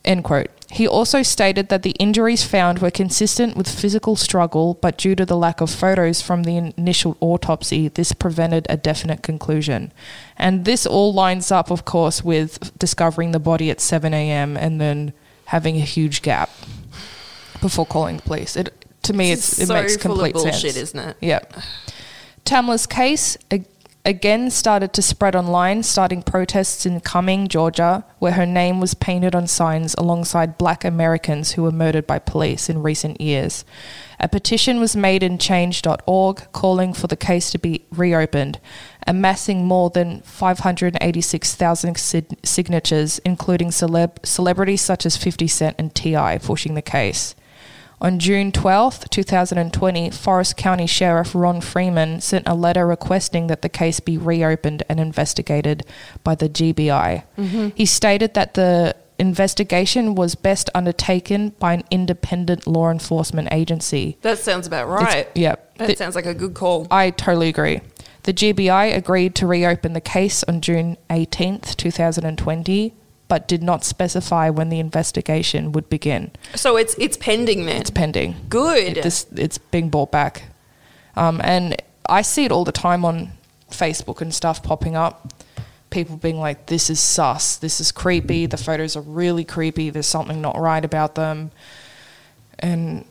Speaker 3: End quote. He also stated that the injuries found were consistent with physical struggle, but due to the lack of photos from the initial autopsy, this prevented a definite conclusion. And this all lines up, of course, with discovering the body at 7 a.m. and then having a huge gap before calling the police. It to me,
Speaker 1: This
Speaker 3: it's,
Speaker 1: is
Speaker 3: it
Speaker 1: so
Speaker 3: makes
Speaker 1: full of
Speaker 3: complete
Speaker 1: bullshit,
Speaker 3: sense,
Speaker 1: isn't it?
Speaker 3: Yep. Tamla's case ag- again started to spread online, starting protests in Cumming, Georgia, where her name was painted on signs alongside black Americans who were murdered by police in recent years. A petition was made in change.org calling for the case to be reopened, amassing more than 586,000 sig- signatures, including celeb- celebrities such as 50 Cent and T.I. pushing the case. On June 12, 2020, Forest County Sheriff Ron Freeman sent a letter requesting that the case be reopened and investigated by the GBI.
Speaker 1: Mm-hmm.
Speaker 3: He stated that the investigation was best undertaken by an independent law enforcement agency.
Speaker 1: That sounds about
Speaker 3: It's-
Speaker 1: right.
Speaker 3: Yep.
Speaker 1: That
Speaker 3: The-
Speaker 1: sounds like a good call.
Speaker 3: I totally agree. The GBI agreed to reopen the case on June 18th, 2020, but did not specify when the investigation would begin.
Speaker 1: So it's it's pending then.
Speaker 3: It's pending.
Speaker 1: Good.
Speaker 3: It- this it's being brought back, um, and I see it all the time on Facebook and stuff popping up. People being like, "This is sus. This is creepy. The photos are really creepy. There's something not right about them," and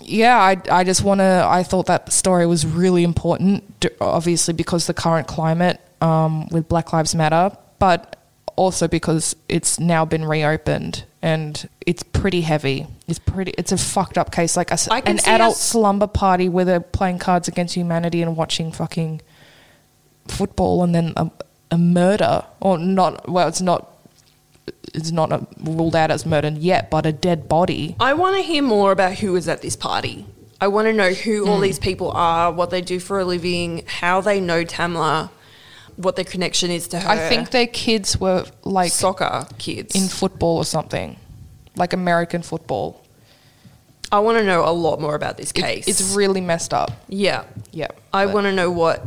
Speaker 3: yeah, I I just want to. I thought that story was really important, d- obviously because the current climate um, with Black Lives Matter, but also because it's now been reopened and it's pretty heavy. It's pretty. It's a fucked up case. Like a s
Speaker 1: I can
Speaker 3: an
Speaker 1: see
Speaker 3: adult
Speaker 1: us-
Speaker 3: slumber party where they're playing Cards Against Humanity and watching fucking football, and then a, a murder or not. Well, it's not. It's not uh ruled out as murder yet, but a dead body.
Speaker 1: I want to hear more about who was at this party. I want to know who all these people are, what they do for a living, how they know Tamla, what their connection is to her.
Speaker 3: I think their kids were like
Speaker 1: soccer kids.
Speaker 3: in football or something, like American football.
Speaker 1: I want to know a lot more about this
Speaker 3: It-
Speaker 1: case.
Speaker 3: it's really messed up.
Speaker 1: yeah.
Speaker 3: Yep.
Speaker 1: I
Speaker 3: But-
Speaker 1: want to know what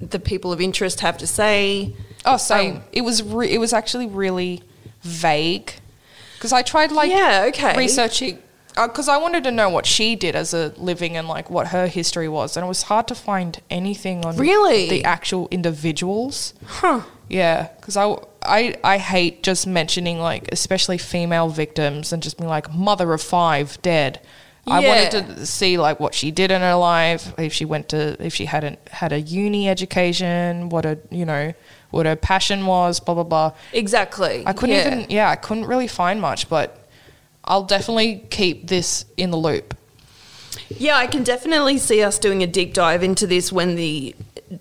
Speaker 1: the people of interest have to say.
Speaker 3: Oh, same. it was re- it was actually really vague because I tried like
Speaker 1: Yeah, okay.
Speaker 3: researching because I wanted to know what she did as a living and like what her history was, and it was hard to find anything on
Speaker 1: Really?
Speaker 3: the actual individuals.
Speaker 1: Huh.
Speaker 3: Yeah, because I, I I hate just mentioning like especially female victims and just being like mother of five dead. I
Speaker 1: Yeah.
Speaker 3: wanted to see like what she did in her life, if she went to, if she hadn't had a uni education, what her you know what her passion was, blah blah blah.
Speaker 1: Exactly.
Speaker 3: I couldn't
Speaker 1: Yeah.
Speaker 3: even yeah I couldn't really find much, but I'll definitely keep this in the loop.
Speaker 1: Yeah, I can definitely see us doing a deep dive into this when the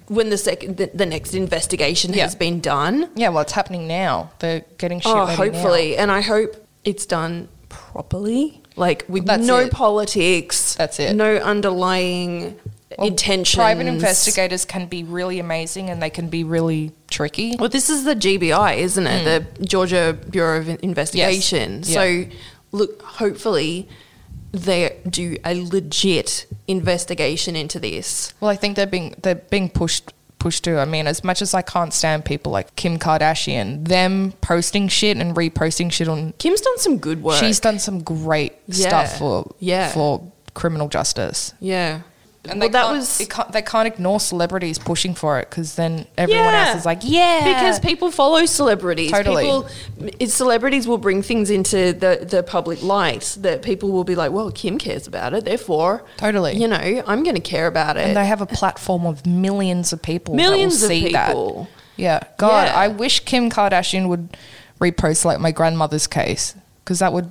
Speaker 1: when the second the, the next investigation
Speaker 3: Yeah.
Speaker 1: has been done.
Speaker 3: Yeah, well it's happening now. They're getting shit.
Speaker 1: oh,
Speaker 3: ready now.
Speaker 1: hopefully, and I hope it's done properly, like with
Speaker 3: That's
Speaker 1: no
Speaker 3: it.
Speaker 1: politics.
Speaker 3: That's it.
Speaker 1: No underlying
Speaker 3: Well,
Speaker 1: intentions.
Speaker 3: Private investigators can be really amazing and they can be really tricky.
Speaker 1: Well, this is the GBI, isn't it? The Georgia Bureau of Investigation.
Speaker 3: Yes.
Speaker 1: So,
Speaker 3: Hmm. Yeah.
Speaker 1: look, hopefully, they do a legit investigation into this.
Speaker 3: Well, I think they're being they're being pushed pushed to. I mean, as much as I can't stand people like Kim Kardashian, them posting shit and reposting shit on.
Speaker 1: Kim's done some good work.
Speaker 3: She's done some great
Speaker 1: Yeah.
Speaker 3: stuff for
Speaker 1: Yeah.
Speaker 3: for criminal justice.
Speaker 1: yeah.
Speaker 3: And
Speaker 1: well,
Speaker 3: they
Speaker 1: that
Speaker 3: can't,
Speaker 1: was
Speaker 3: it can't, they can't ignore celebrities pushing for it because then everyone
Speaker 1: Yeah.
Speaker 3: else is like, yeah,
Speaker 1: because people follow celebrities.
Speaker 3: Totally.
Speaker 1: People, it- celebrities will bring things into the, the public light that people will be like, well, Kim cares about it, therefore,
Speaker 3: Totally.
Speaker 1: you know, I'm going to care about it.
Speaker 3: and they have a platform of millions of people.
Speaker 1: Millions
Speaker 3: that
Speaker 1: of
Speaker 3: will see
Speaker 1: people.
Speaker 3: That. Yeah, God,
Speaker 1: Yeah.
Speaker 3: I wish Kim Kardashian would repost like my grandmother's case because that would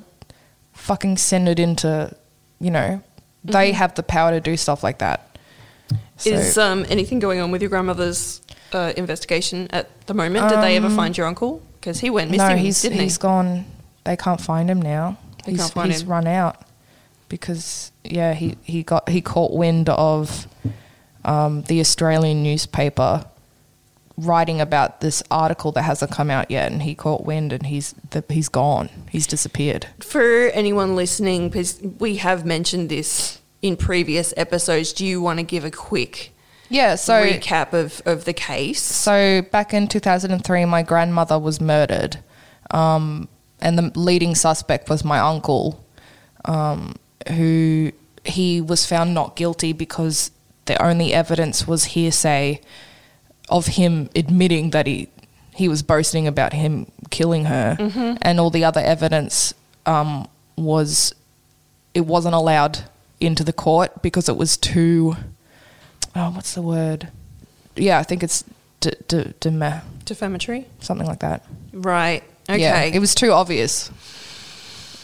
Speaker 3: fucking send it into, you know, they have the power to do stuff like that. So,
Speaker 1: Mm-hmm. Is um, anything going on with your grandmother's uh, investigation at the moment? Did they ever find your uncle? Because he went missing,
Speaker 3: Um, no, he's
Speaker 1: didn't
Speaker 3: he's
Speaker 1: he?
Speaker 3: gone. They can't find him now.
Speaker 1: They
Speaker 3: he's
Speaker 1: can't find
Speaker 3: he's
Speaker 1: him.
Speaker 3: run out because yeah, he he got he caught wind of um, the Australian newspaper writing about this article that hasn't come out yet, and he caught wind and he's the, he's gone. He's disappeared.
Speaker 1: For anyone listening, because we have mentioned this in previous episodes, do you want to give a quick
Speaker 3: Yeah. So
Speaker 1: recap of, of the case?
Speaker 3: So back in 2003, my grandmother was murdered, um, and the leading suspect was my uncle, um, who he was found not guilty because the only evidence was hearsay of him admitting that he he was boasting about him killing her, and all the other evidence um, was it wasn't allowed into the court because it was too oh what's the word yeah i think it's d- d- dema-
Speaker 1: Defamatory?
Speaker 3: something like that
Speaker 1: Right. Okay.
Speaker 3: yeah it was too obvious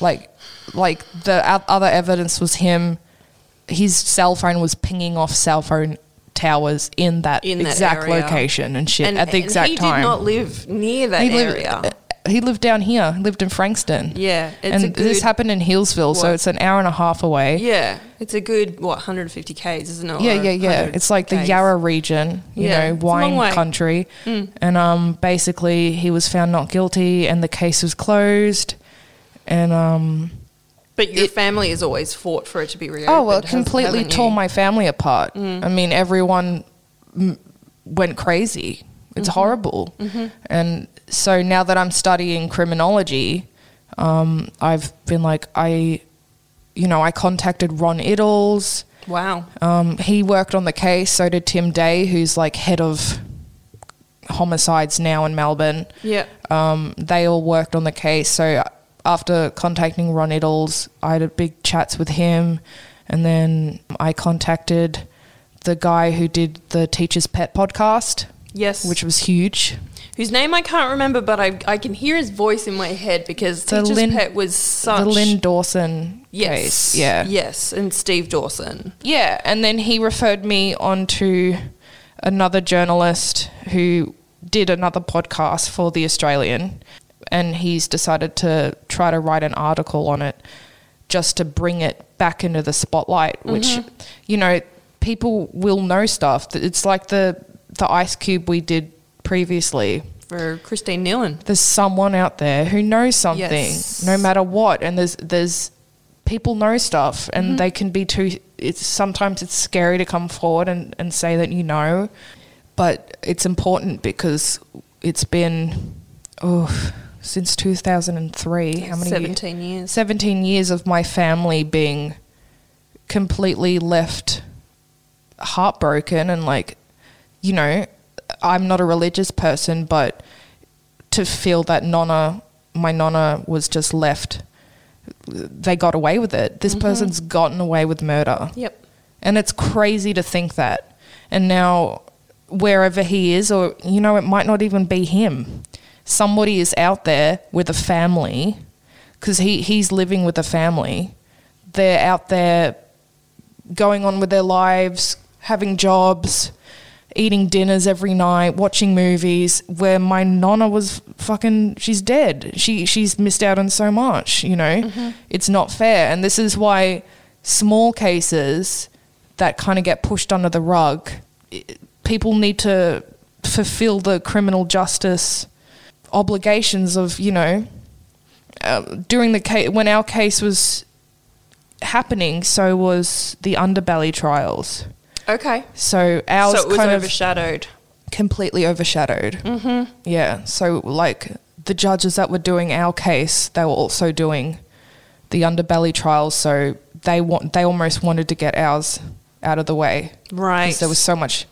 Speaker 3: like like the o- other evidence was him his cell phone was pinging off cell phone towers in that
Speaker 1: In that
Speaker 3: exact
Speaker 1: area.
Speaker 3: location and shit at the exact
Speaker 1: he
Speaker 3: time
Speaker 1: did not live near that
Speaker 3: he lived, uh,
Speaker 1: area.
Speaker 3: he lived down here. He lived in Frankston.
Speaker 1: Yeah, it's
Speaker 3: and
Speaker 1: a
Speaker 3: this
Speaker 1: good-
Speaker 3: happened in Hillsville, so
Speaker 1: What?
Speaker 3: it's an hour and a half away.
Speaker 1: yeah, it's a good what 150 k's, isn't it?
Speaker 3: yeah
Speaker 1: Or
Speaker 3: yeah yeah
Speaker 1: 100
Speaker 3: it's like the
Speaker 1: Ks.
Speaker 3: yarra region you
Speaker 1: Yeah,
Speaker 3: know
Speaker 1: it's a long way. Mm.
Speaker 3: wine country and um basically he was found not guilty and the case was closed and um
Speaker 1: But your family has always fought for it to be reopened.
Speaker 3: oh well it
Speaker 1: has-
Speaker 3: completely
Speaker 1: haven't you? Mm.
Speaker 3: tore my family apart i mean everyone m- went crazy it's
Speaker 1: Mm-hmm.
Speaker 3: horrible and so now that i'm studying criminology um i've been like i you know i contacted ron iddles
Speaker 1: Wow.
Speaker 3: Um, he worked on the case. So did Tim Day, who's like head of homicides now in Melbourne.
Speaker 1: Yeah.
Speaker 3: Um, they all worked on the case. So after contacting Ron Iddles, I had a big chats with him, and then I contacted the guy who did the Teacher's Pet podcast,
Speaker 1: Yes.
Speaker 3: which was huge.
Speaker 1: whose name I can't remember, but I I can hear his voice in my head because
Speaker 3: The
Speaker 1: Teacher's
Speaker 3: Lynn-
Speaker 1: Pet was such
Speaker 3: the Lynn Dawson
Speaker 1: yes,
Speaker 3: case. Yeah.
Speaker 1: yes, and Steve Dawson.
Speaker 3: Yeah, and then he referred me on to another journalist who did another podcast for The Australian, and he's decided to try to write an article on it just to bring it back into the spotlight, which, you know, people will know stuff. It's like the, the Ice Cube we did previously
Speaker 1: For Christine Nealon,
Speaker 3: there's someone out there who knows something
Speaker 1: Yes.
Speaker 3: no matter what and there's there's people know stuff and
Speaker 1: Mm-hmm.
Speaker 3: they can be too it's sometimes it's scary to come forward and, and say that you know but it's important because it's been oh since 2003 how many years?
Speaker 1: seventeen years.
Speaker 3: 17 years of my family being completely left heartbroken and like you know i'm not a religious person but to feel that nonna my nonna was just left they got away with it this person's gotten away with murder
Speaker 1: Yep.
Speaker 3: and it's crazy to think that. And now, wherever he is, or, you know, it might not even be him, somebody is out there with a family because he, he's living with a family. They're out there going on with their lives, having jobs, eating dinners every night, watching movies. Where my nonna was fucking, she's dead. She she's missed out on so much. You know, it's not fair, and this is why small cases that kind of get pushed under the rug. i people need to fulfill the criminal justice obligations of you know. Um, during the case, when our case was happening, so was the underbelly trials.
Speaker 1: Okay.
Speaker 3: So ours
Speaker 1: so it was
Speaker 3: kind of
Speaker 1: overshadowed.
Speaker 3: completely overshadowed. Mm-hmm. Yeah. So like the judges that were doing our case, they were also doing the underbelly trials. So they want they almost wanted to get ours out of the way.
Speaker 1: Right.
Speaker 3: Because there was so much.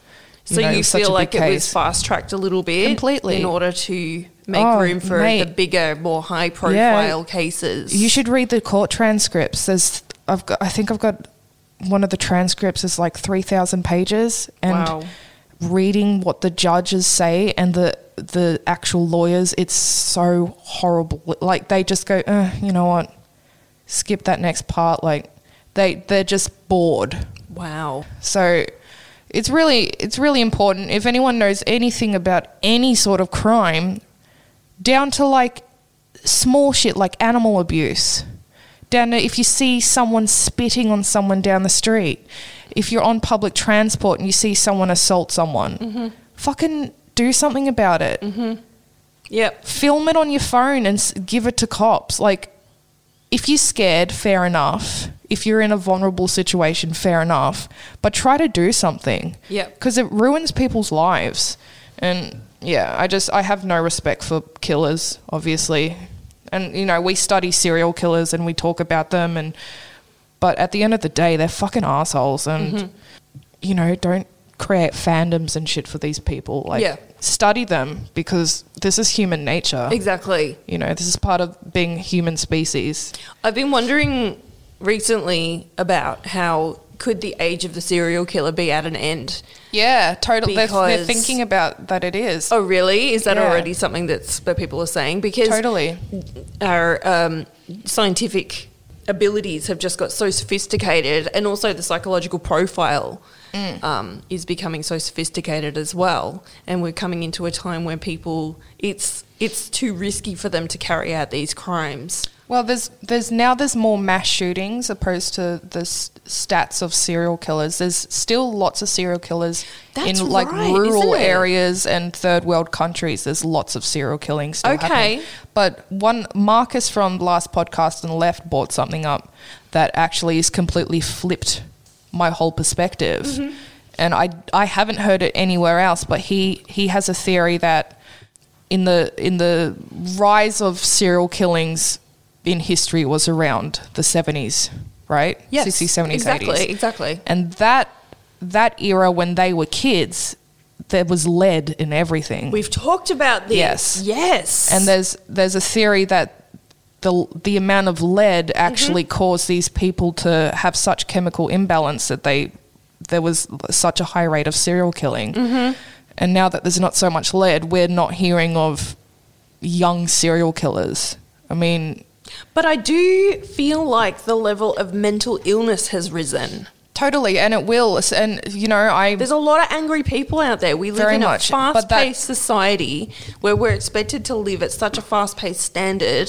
Speaker 3: You
Speaker 1: so
Speaker 3: know, it
Speaker 1: you
Speaker 3: was such
Speaker 1: feel
Speaker 3: a
Speaker 1: like
Speaker 3: big
Speaker 1: it
Speaker 3: case.
Speaker 1: was fast tracked a little bit
Speaker 3: Completely.
Speaker 1: in order to make
Speaker 3: Oh,
Speaker 1: room for
Speaker 3: mate.
Speaker 1: the bigger, more high profile cases.
Speaker 3: You should read the court transcripts. There's, I've got, I think I've got one of the transcripts is like three thousand pages, and
Speaker 1: Wow.
Speaker 3: reading what the judges say and the the actual lawyers, it's so horrible. Like they just go, uh, you know what, skip that next part. Like they they're just bored.
Speaker 1: Wow.
Speaker 3: So it's really it's really important if anyone knows anything about any sort of crime down to like small shit like animal abuse. Down to if you see someone spitting on someone down the street, if you're on public transport and you see someone assault someone, fucking do something about it.
Speaker 1: Yep.
Speaker 3: Film it on your phone and s- give it to cops. Like if you're scared, fair enough. If you're in a vulnerable situation, fair enough. But try to do something.
Speaker 1: Yep.
Speaker 3: Because it ruins people's lives. And yeah, I just, I have no respect for killers, obviously. And, you know, we study serial killers and we talk about them. And, but at the end of the day, they're fucking assholes. And,
Speaker 1: Mm-hmm.
Speaker 3: you know, don't create fandoms and shit for these people. Like,
Speaker 1: Yeah.
Speaker 3: study them because this is human nature.
Speaker 1: Exactly.
Speaker 3: you know, this is part of being human species.
Speaker 1: I've been wondering recently about how could the age of the serial killer be at an end?
Speaker 3: Yeah, totally. They're, they're
Speaker 1: Because-
Speaker 3: thinking about that. It is
Speaker 1: Oh, really? Is that
Speaker 3: Yeah.
Speaker 1: already something that's that people are saying? Because
Speaker 3: totally.
Speaker 1: our um, scientific abilities have just got so sophisticated, and also the psychological profile
Speaker 3: Mm.
Speaker 1: um, is becoming so sophisticated as well. And we're coming into a time where people it's it's too risky for them to carry out these crimes.
Speaker 3: Well, there's there's now there's more mass shootings opposed to the s- stats of serial killers. There's still lots of serial killers
Speaker 1: That's
Speaker 3: in like
Speaker 1: right,
Speaker 3: rural
Speaker 1: isn't it?
Speaker 3: areas and third world countries. There's lots of serial killings still
Speaker 1: Okay.
Speaker 3: happening. But one Marcus from last podcast and left brought something up that actually has completely flipped my whole perspective.
Speaker 1: Mm-hmm.
Speaker 3: And I I haven't heard it anywhere else, but he he has a theory that in the in the rise of serial killings in history was around the 70s, right?
Speaker 1: Yes,
Speaker 3: 60s, 70s,
Speaker 1: exactly,
Speaker 3: 80s.
Speaker 1: exactly.
Speaker 3: And that that era when they were kids, there was lead in everything.
Speaker 1: We've talked about this.
Speaker 3: Yes.
Speaker 1: Yes.
Speaker 3: And there's there's a theory that the the amount of lead actually caused these people to have such chemical imbalance that they there was such a high rate of serial killing. And now that there's not so much lead, we're not hearing of young serial killers. I mean,
Speaker 1: But I do feel like the level of mental illness has risen.
Speaker 3: totally, and it will. And you know, I
Speaker 1: There's a lot of angry people out there. We live
Speaker 3: Very
Speaker 1: in
Speaker 3: much,
Speaker 1: a
Speaker 3: but that-
Speaker 1: fast paced society where we're expected to live at such a fast paced standard.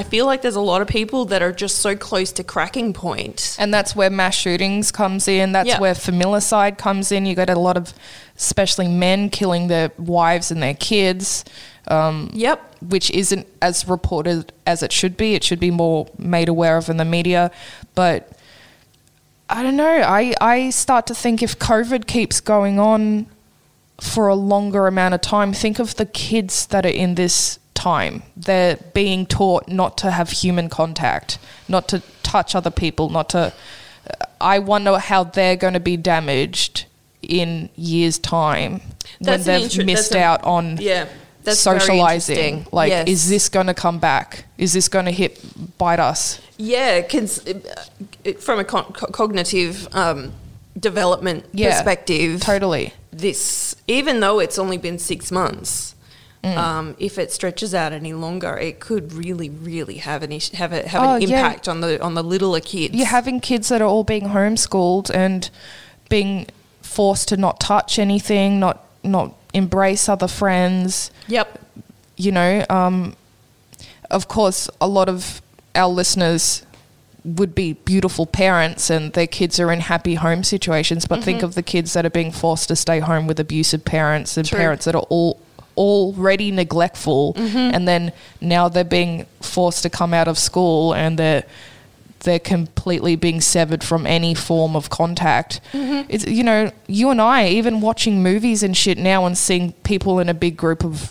Speaker 1: I feel like there's a lot of people that are just so close to cracking point.
Speaker 3: and that's where mass shootings comes in that's
Speaker 1: Yeah.
Speaker 3: where familicide comes in you get a lot of especially men killing their wives and their kids um,
Speaker 1: Yep.
Speaker 3: which isn't as reported as it should be it should be more made aware of in the media but i don't know i, I start to think if covid keeps going on for a longer amount of time think of the kids that are in this time they're being taught not to have human contact not to touch other people not to uh, i wonder how they're going to be damaged in years time
Speaker 1: That's
Speaker 3: when
Speaker 1: an
Speaker 3: they've
Speaker 1: intere- that's
Speaker 3: missed
Speaker 1: a-
Speaker 3: out on
Speaker 1: yeah, that's very
Speaker 3: socializing
Speaker 1: interesting.
Speaker 3: like
Speaker 1: Yes.
Speaker 3: is this going to come back is this going to hit bite us
Speaker 1: Yeah, cons- it- from a con- co- cognitive um, development
Speaker 3: Yeah,
Speaker 1: perspective,
Speaker 3: totally
Speaker 1: this, even though it's only been six months,
Speaker 3: Mm.
Speaker 1: um, if it stretches out any longer, it could really, really have an issue, have a, have
Speaker 3: Oh,
Speaker 1: an
Speaker 3: yeah.
Speaker 1: impact on the on the littler kids.
Speaker 3: you're having kids that are all being homeschooled and being forced to not touch anything, not not embrace other friends.
Speaker 1: Yep.
Speaker 3: You know, um, of course, a lot of our listeners would be beautiful parents and their kids are in happy home situations, but
Speaker 1: Mm-hmm.
Speaker 3: think of the kids that are being forced to stay home with abusive parents and
Speaker 1: True.
Speaker 3: parents that are all already neglectful
Speaker 1: Mm-hmm.
Speaker 3: and then now they're being forced to come out of school and they're they're completely being severed from any form of contact.
Speaker 1: Mm-hmm.
Speaker 3: It's you know, you and I even watching movies and shit now and seeing people in a big group of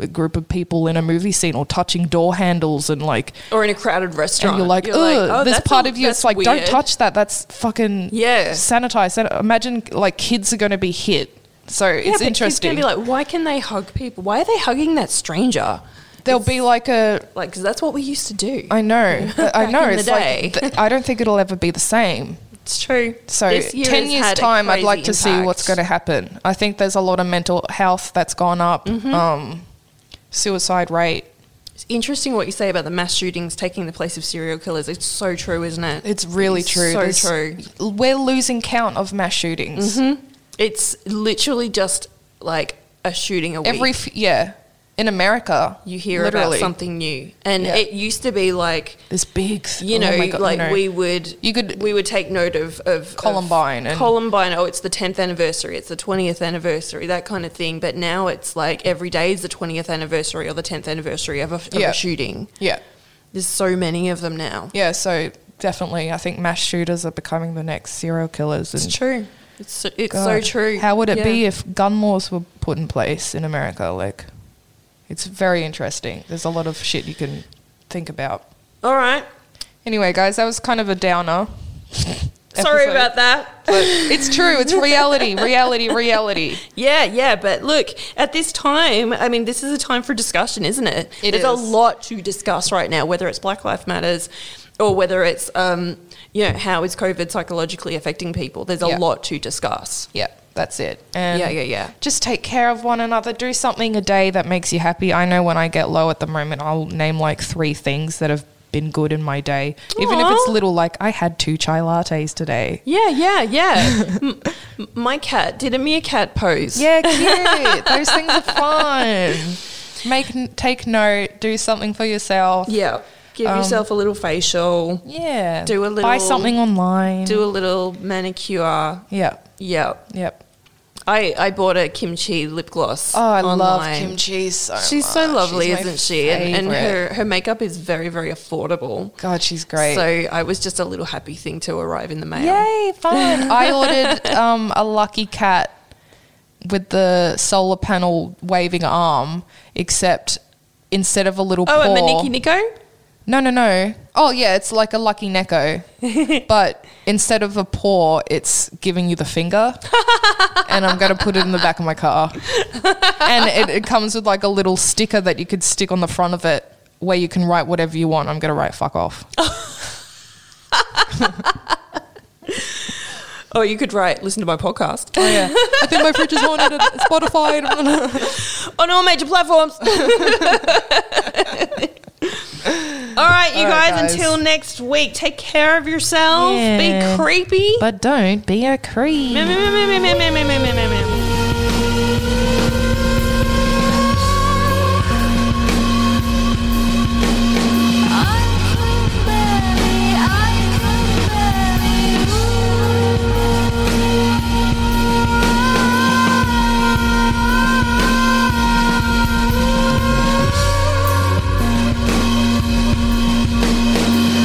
Speaker 3: a group of people in a movie scene or touching door handles and like
Speaker 1: or in a crowded restaurant. "Oh,
Speaker 3: and you're like, ugh, this
Speaker 1: that's
Speaker 3: part
Speaker 1: a-
Speaker 3: of you, it's
Speaker 1: that's
Speaker 3: like, don't
Speaker 1: weird."
Speaker 3: touch that. That's fucking
Speaker 1: Yeah.
Speaker 3: sanitize. San- Imagine like kids are going to be hit. So
Speaker 1: Yeah,
Speaker 3: it's
Speaker 1: but
Speaker 3: interesting.
Speaker 1: Kids gonna be like, why can they hug people? Why are they hugging that stranger?
Speaker 3: There'll be like a,
Speaker 1: Like, because that's what we used to do.
Speaker 3: I know, I
Speaker 1: Back
Speaker 3: know.
Speaker 1: in the
Speaker 3: It's like,
Speaker 1: day.
Speaker 3: th- I don't think it'll ever be the same.
Speaker 1: It's true.
Speaker 3: So
Speaker 1: This year
Speaker 3: ten
Speaker 1: has
Speaker 3: years
Speaker 1: had a
Speaker 3: time, I'd
Speaker 1: crazy
Speaker 3: like to see what's
Speaker 1: impact.
Speaker 3: going to happen. I think there's a lot of mental health that's gone up,
Speaker 1: Mm-hmm.
Speaker 3: um, suicide rate.
Speaker 1: It's interesting what you say about the mass shootings taking the place of serial killers. It's so true, isn't it?
Speaker 3: It's really true.
Speaker 1: So
Speaker 3: There's-
Speaker 1: true. Mm-hmm.
Speaker 3: We're losing count of mass shootings.
Speaker 1: It's literally just like a shooting a week.
Speaker 3: Every f- yeah, in America,
Speaker 1: you hear
Speaker 3: literally.
Speaker 1: about something new, and
Speaker 3: Yeah.
Speaker 1: it used to be like
Speaker 3: This big, th-
Speaker 1: you
Speaker 3: oh
Speaker 1: know,
Speaker 3: my God,
Speaker 1: like
Speaker 3: no.
Speaker 1: we would
Speaker 3: You could-
Speaker 1: we would take note of, of
Speaker 3: Columbine
Speaker 1: of
Speaker 3: and-
Speaker 1: Columbine. Oh, it's the tenth anniversary. It's the twentieth anniversary. That kind of thing. But now it's like every day is the twentieth anniversary or the tenth anniversary of a, of
Speaker 3: Yeah.
Speaker 1: a shooting.
Speaker 3: yeah,
Speaker 1: There's so many of them now.
Speaker 3: yeah. So definitely, I think mass shooters are becoming the next serial killers.
Speaker 1: It's
Speaker 3: and-
Speaker 1: true. It's so, it's so
Speaker 3: God,
Speaker 1: true.
Speaker 3: How would it
Speaker 1: Yeah.
Speaker 3: be if gun laws were put in place in America? Like, it's very interesting. There's a lot of shit you can think about.
Speaker 1: All right.
Speaker 3: Anyway, guys, that was kind of a downer.
Speaker 1: Sorry
Speaker 3: episode.
Speaker 1: about that.
Speaker 3: But it's true. It's reality, reality, reality.
Speaker 1: Yeah, yeah, but look, at this time, I mean, this is a time for discussion, isn't it?
Speaker 3: It
Speaker 1: There's a
Speaker 3: is.
Speaker 1: lot to discuss right now, whether it's Black Lives Matters or whether it's, um, you know, how is COVID psychologically affecting people? There's a
Speaker 3: Yeah.
Speaker 1: lot to discuss.
Speaker 3: Yeah, that's it. And
Speaker 1: Yeah, yeah, yeah.
Speaker 3: Just take care of one another. Do something a day that makes you happy. I know when I get low at the moment, I'll name like three things that have been good in my day. Even if it's
Speaker 1: Aw.
Speaker 3: little, like I had two chai lattes today.
Speaker 1: Yeah, yeah, yeah. M- m- My cat did a meerkat pose.
Speaker 3: Yeah, cute. Those things are fun. Make n- take note. Do something for yourself.
Speaker 1: Yeah. Give
Speaker 3: Um,
Speaker 1: yourself a little facial,
Speaker 3: Yeah.
Speaker 1: Do a
Speaker 3: buy
Speaker 1: little-
Speaker 3: something online.
Speaker 1: do a little manicure.
Speaker 3: yeah.
Speaker 1: Yeah.
Speaker 3: Yep.
Speaker 1: I, I bought a kimchi lip gloss.
Speaker 3: Oh, I love
Speaker 1: online.
Speaker 3: kimchi so
Speaker 1: She's so
Speaker 3: much.
Speaker 1: lovely,
Speaker 3: She's my
Speaker 1: isn't she? And, and
Speaker 3: favorite.
Speaker 1: her, her makeup is very, very affordable.
Speaker 3: God, she's great.
Speaker 1: So I was just a little happy thing to arrive in the mail.
Speaker 3: Yay, fun. I ordered um, a lucky cat with the solar panel waving arm, except instead of a little
Speaker 1: Oh,
Speaker 3: paw.
Speaker 1: and the Nicky Nico?
Speaker 3: No, no, no. Oh, yeah, it's like a lucky neko, but instead of a paw, it's giving you the finger. and I'm going to put it in the back of my car. And it, it comes with like a little sticker that you could stick on the front of it where you can write whatever you want. I'm going to write fuck off.
Speaker 1: Oh, you could write, listen to my podcast.
Speaker 3: Oh, yeah. I think my fridge is haunted at Spotify.
Speaker 1: On all major platforms. all right, you
Speaker 3: All right,
Speaker 1: guys,
Speaker 3: guys.
Speaker 1: until next week, take care of yourself.
Speaker 3: Yeah.
Speaker 1: Be creepy.
Speaker 3: but don't be a creep.
Speaker 1: Meow, meow, meow, meow, meow, meow, meow, meow, meow, meow.
Speaker 4: I could bury, I could bury you.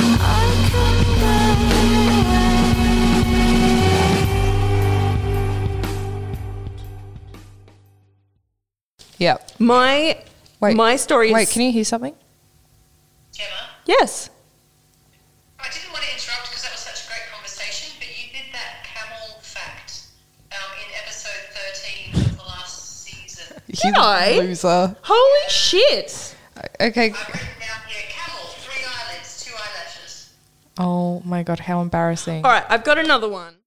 Speaker 4: I could bury.
Speaker 3: Yeah.
Speaker 1: My,
Speaker 3: Wait.
Speaker 1: my story is.
Speaker 3: Wait, can you hear something?
Speaker 5: Gemma,
Speaker 1: Yes.
Speaker 5: I didn't want to interrupt because that was such a great conversation, but you did that camel fact um, in episode 13 of the last season.
Speaker 3: You
Speaker 1: I?
Speaker 3: Loser.
Speaker 1: Holy shit.
Speaker 3: Okay.
Speaker 5: I've written down here camel, three eyelids, two eyelashes.
Speaker 3: Oh my God, how embarrassing.
Speaker 1: All right, I've got another one.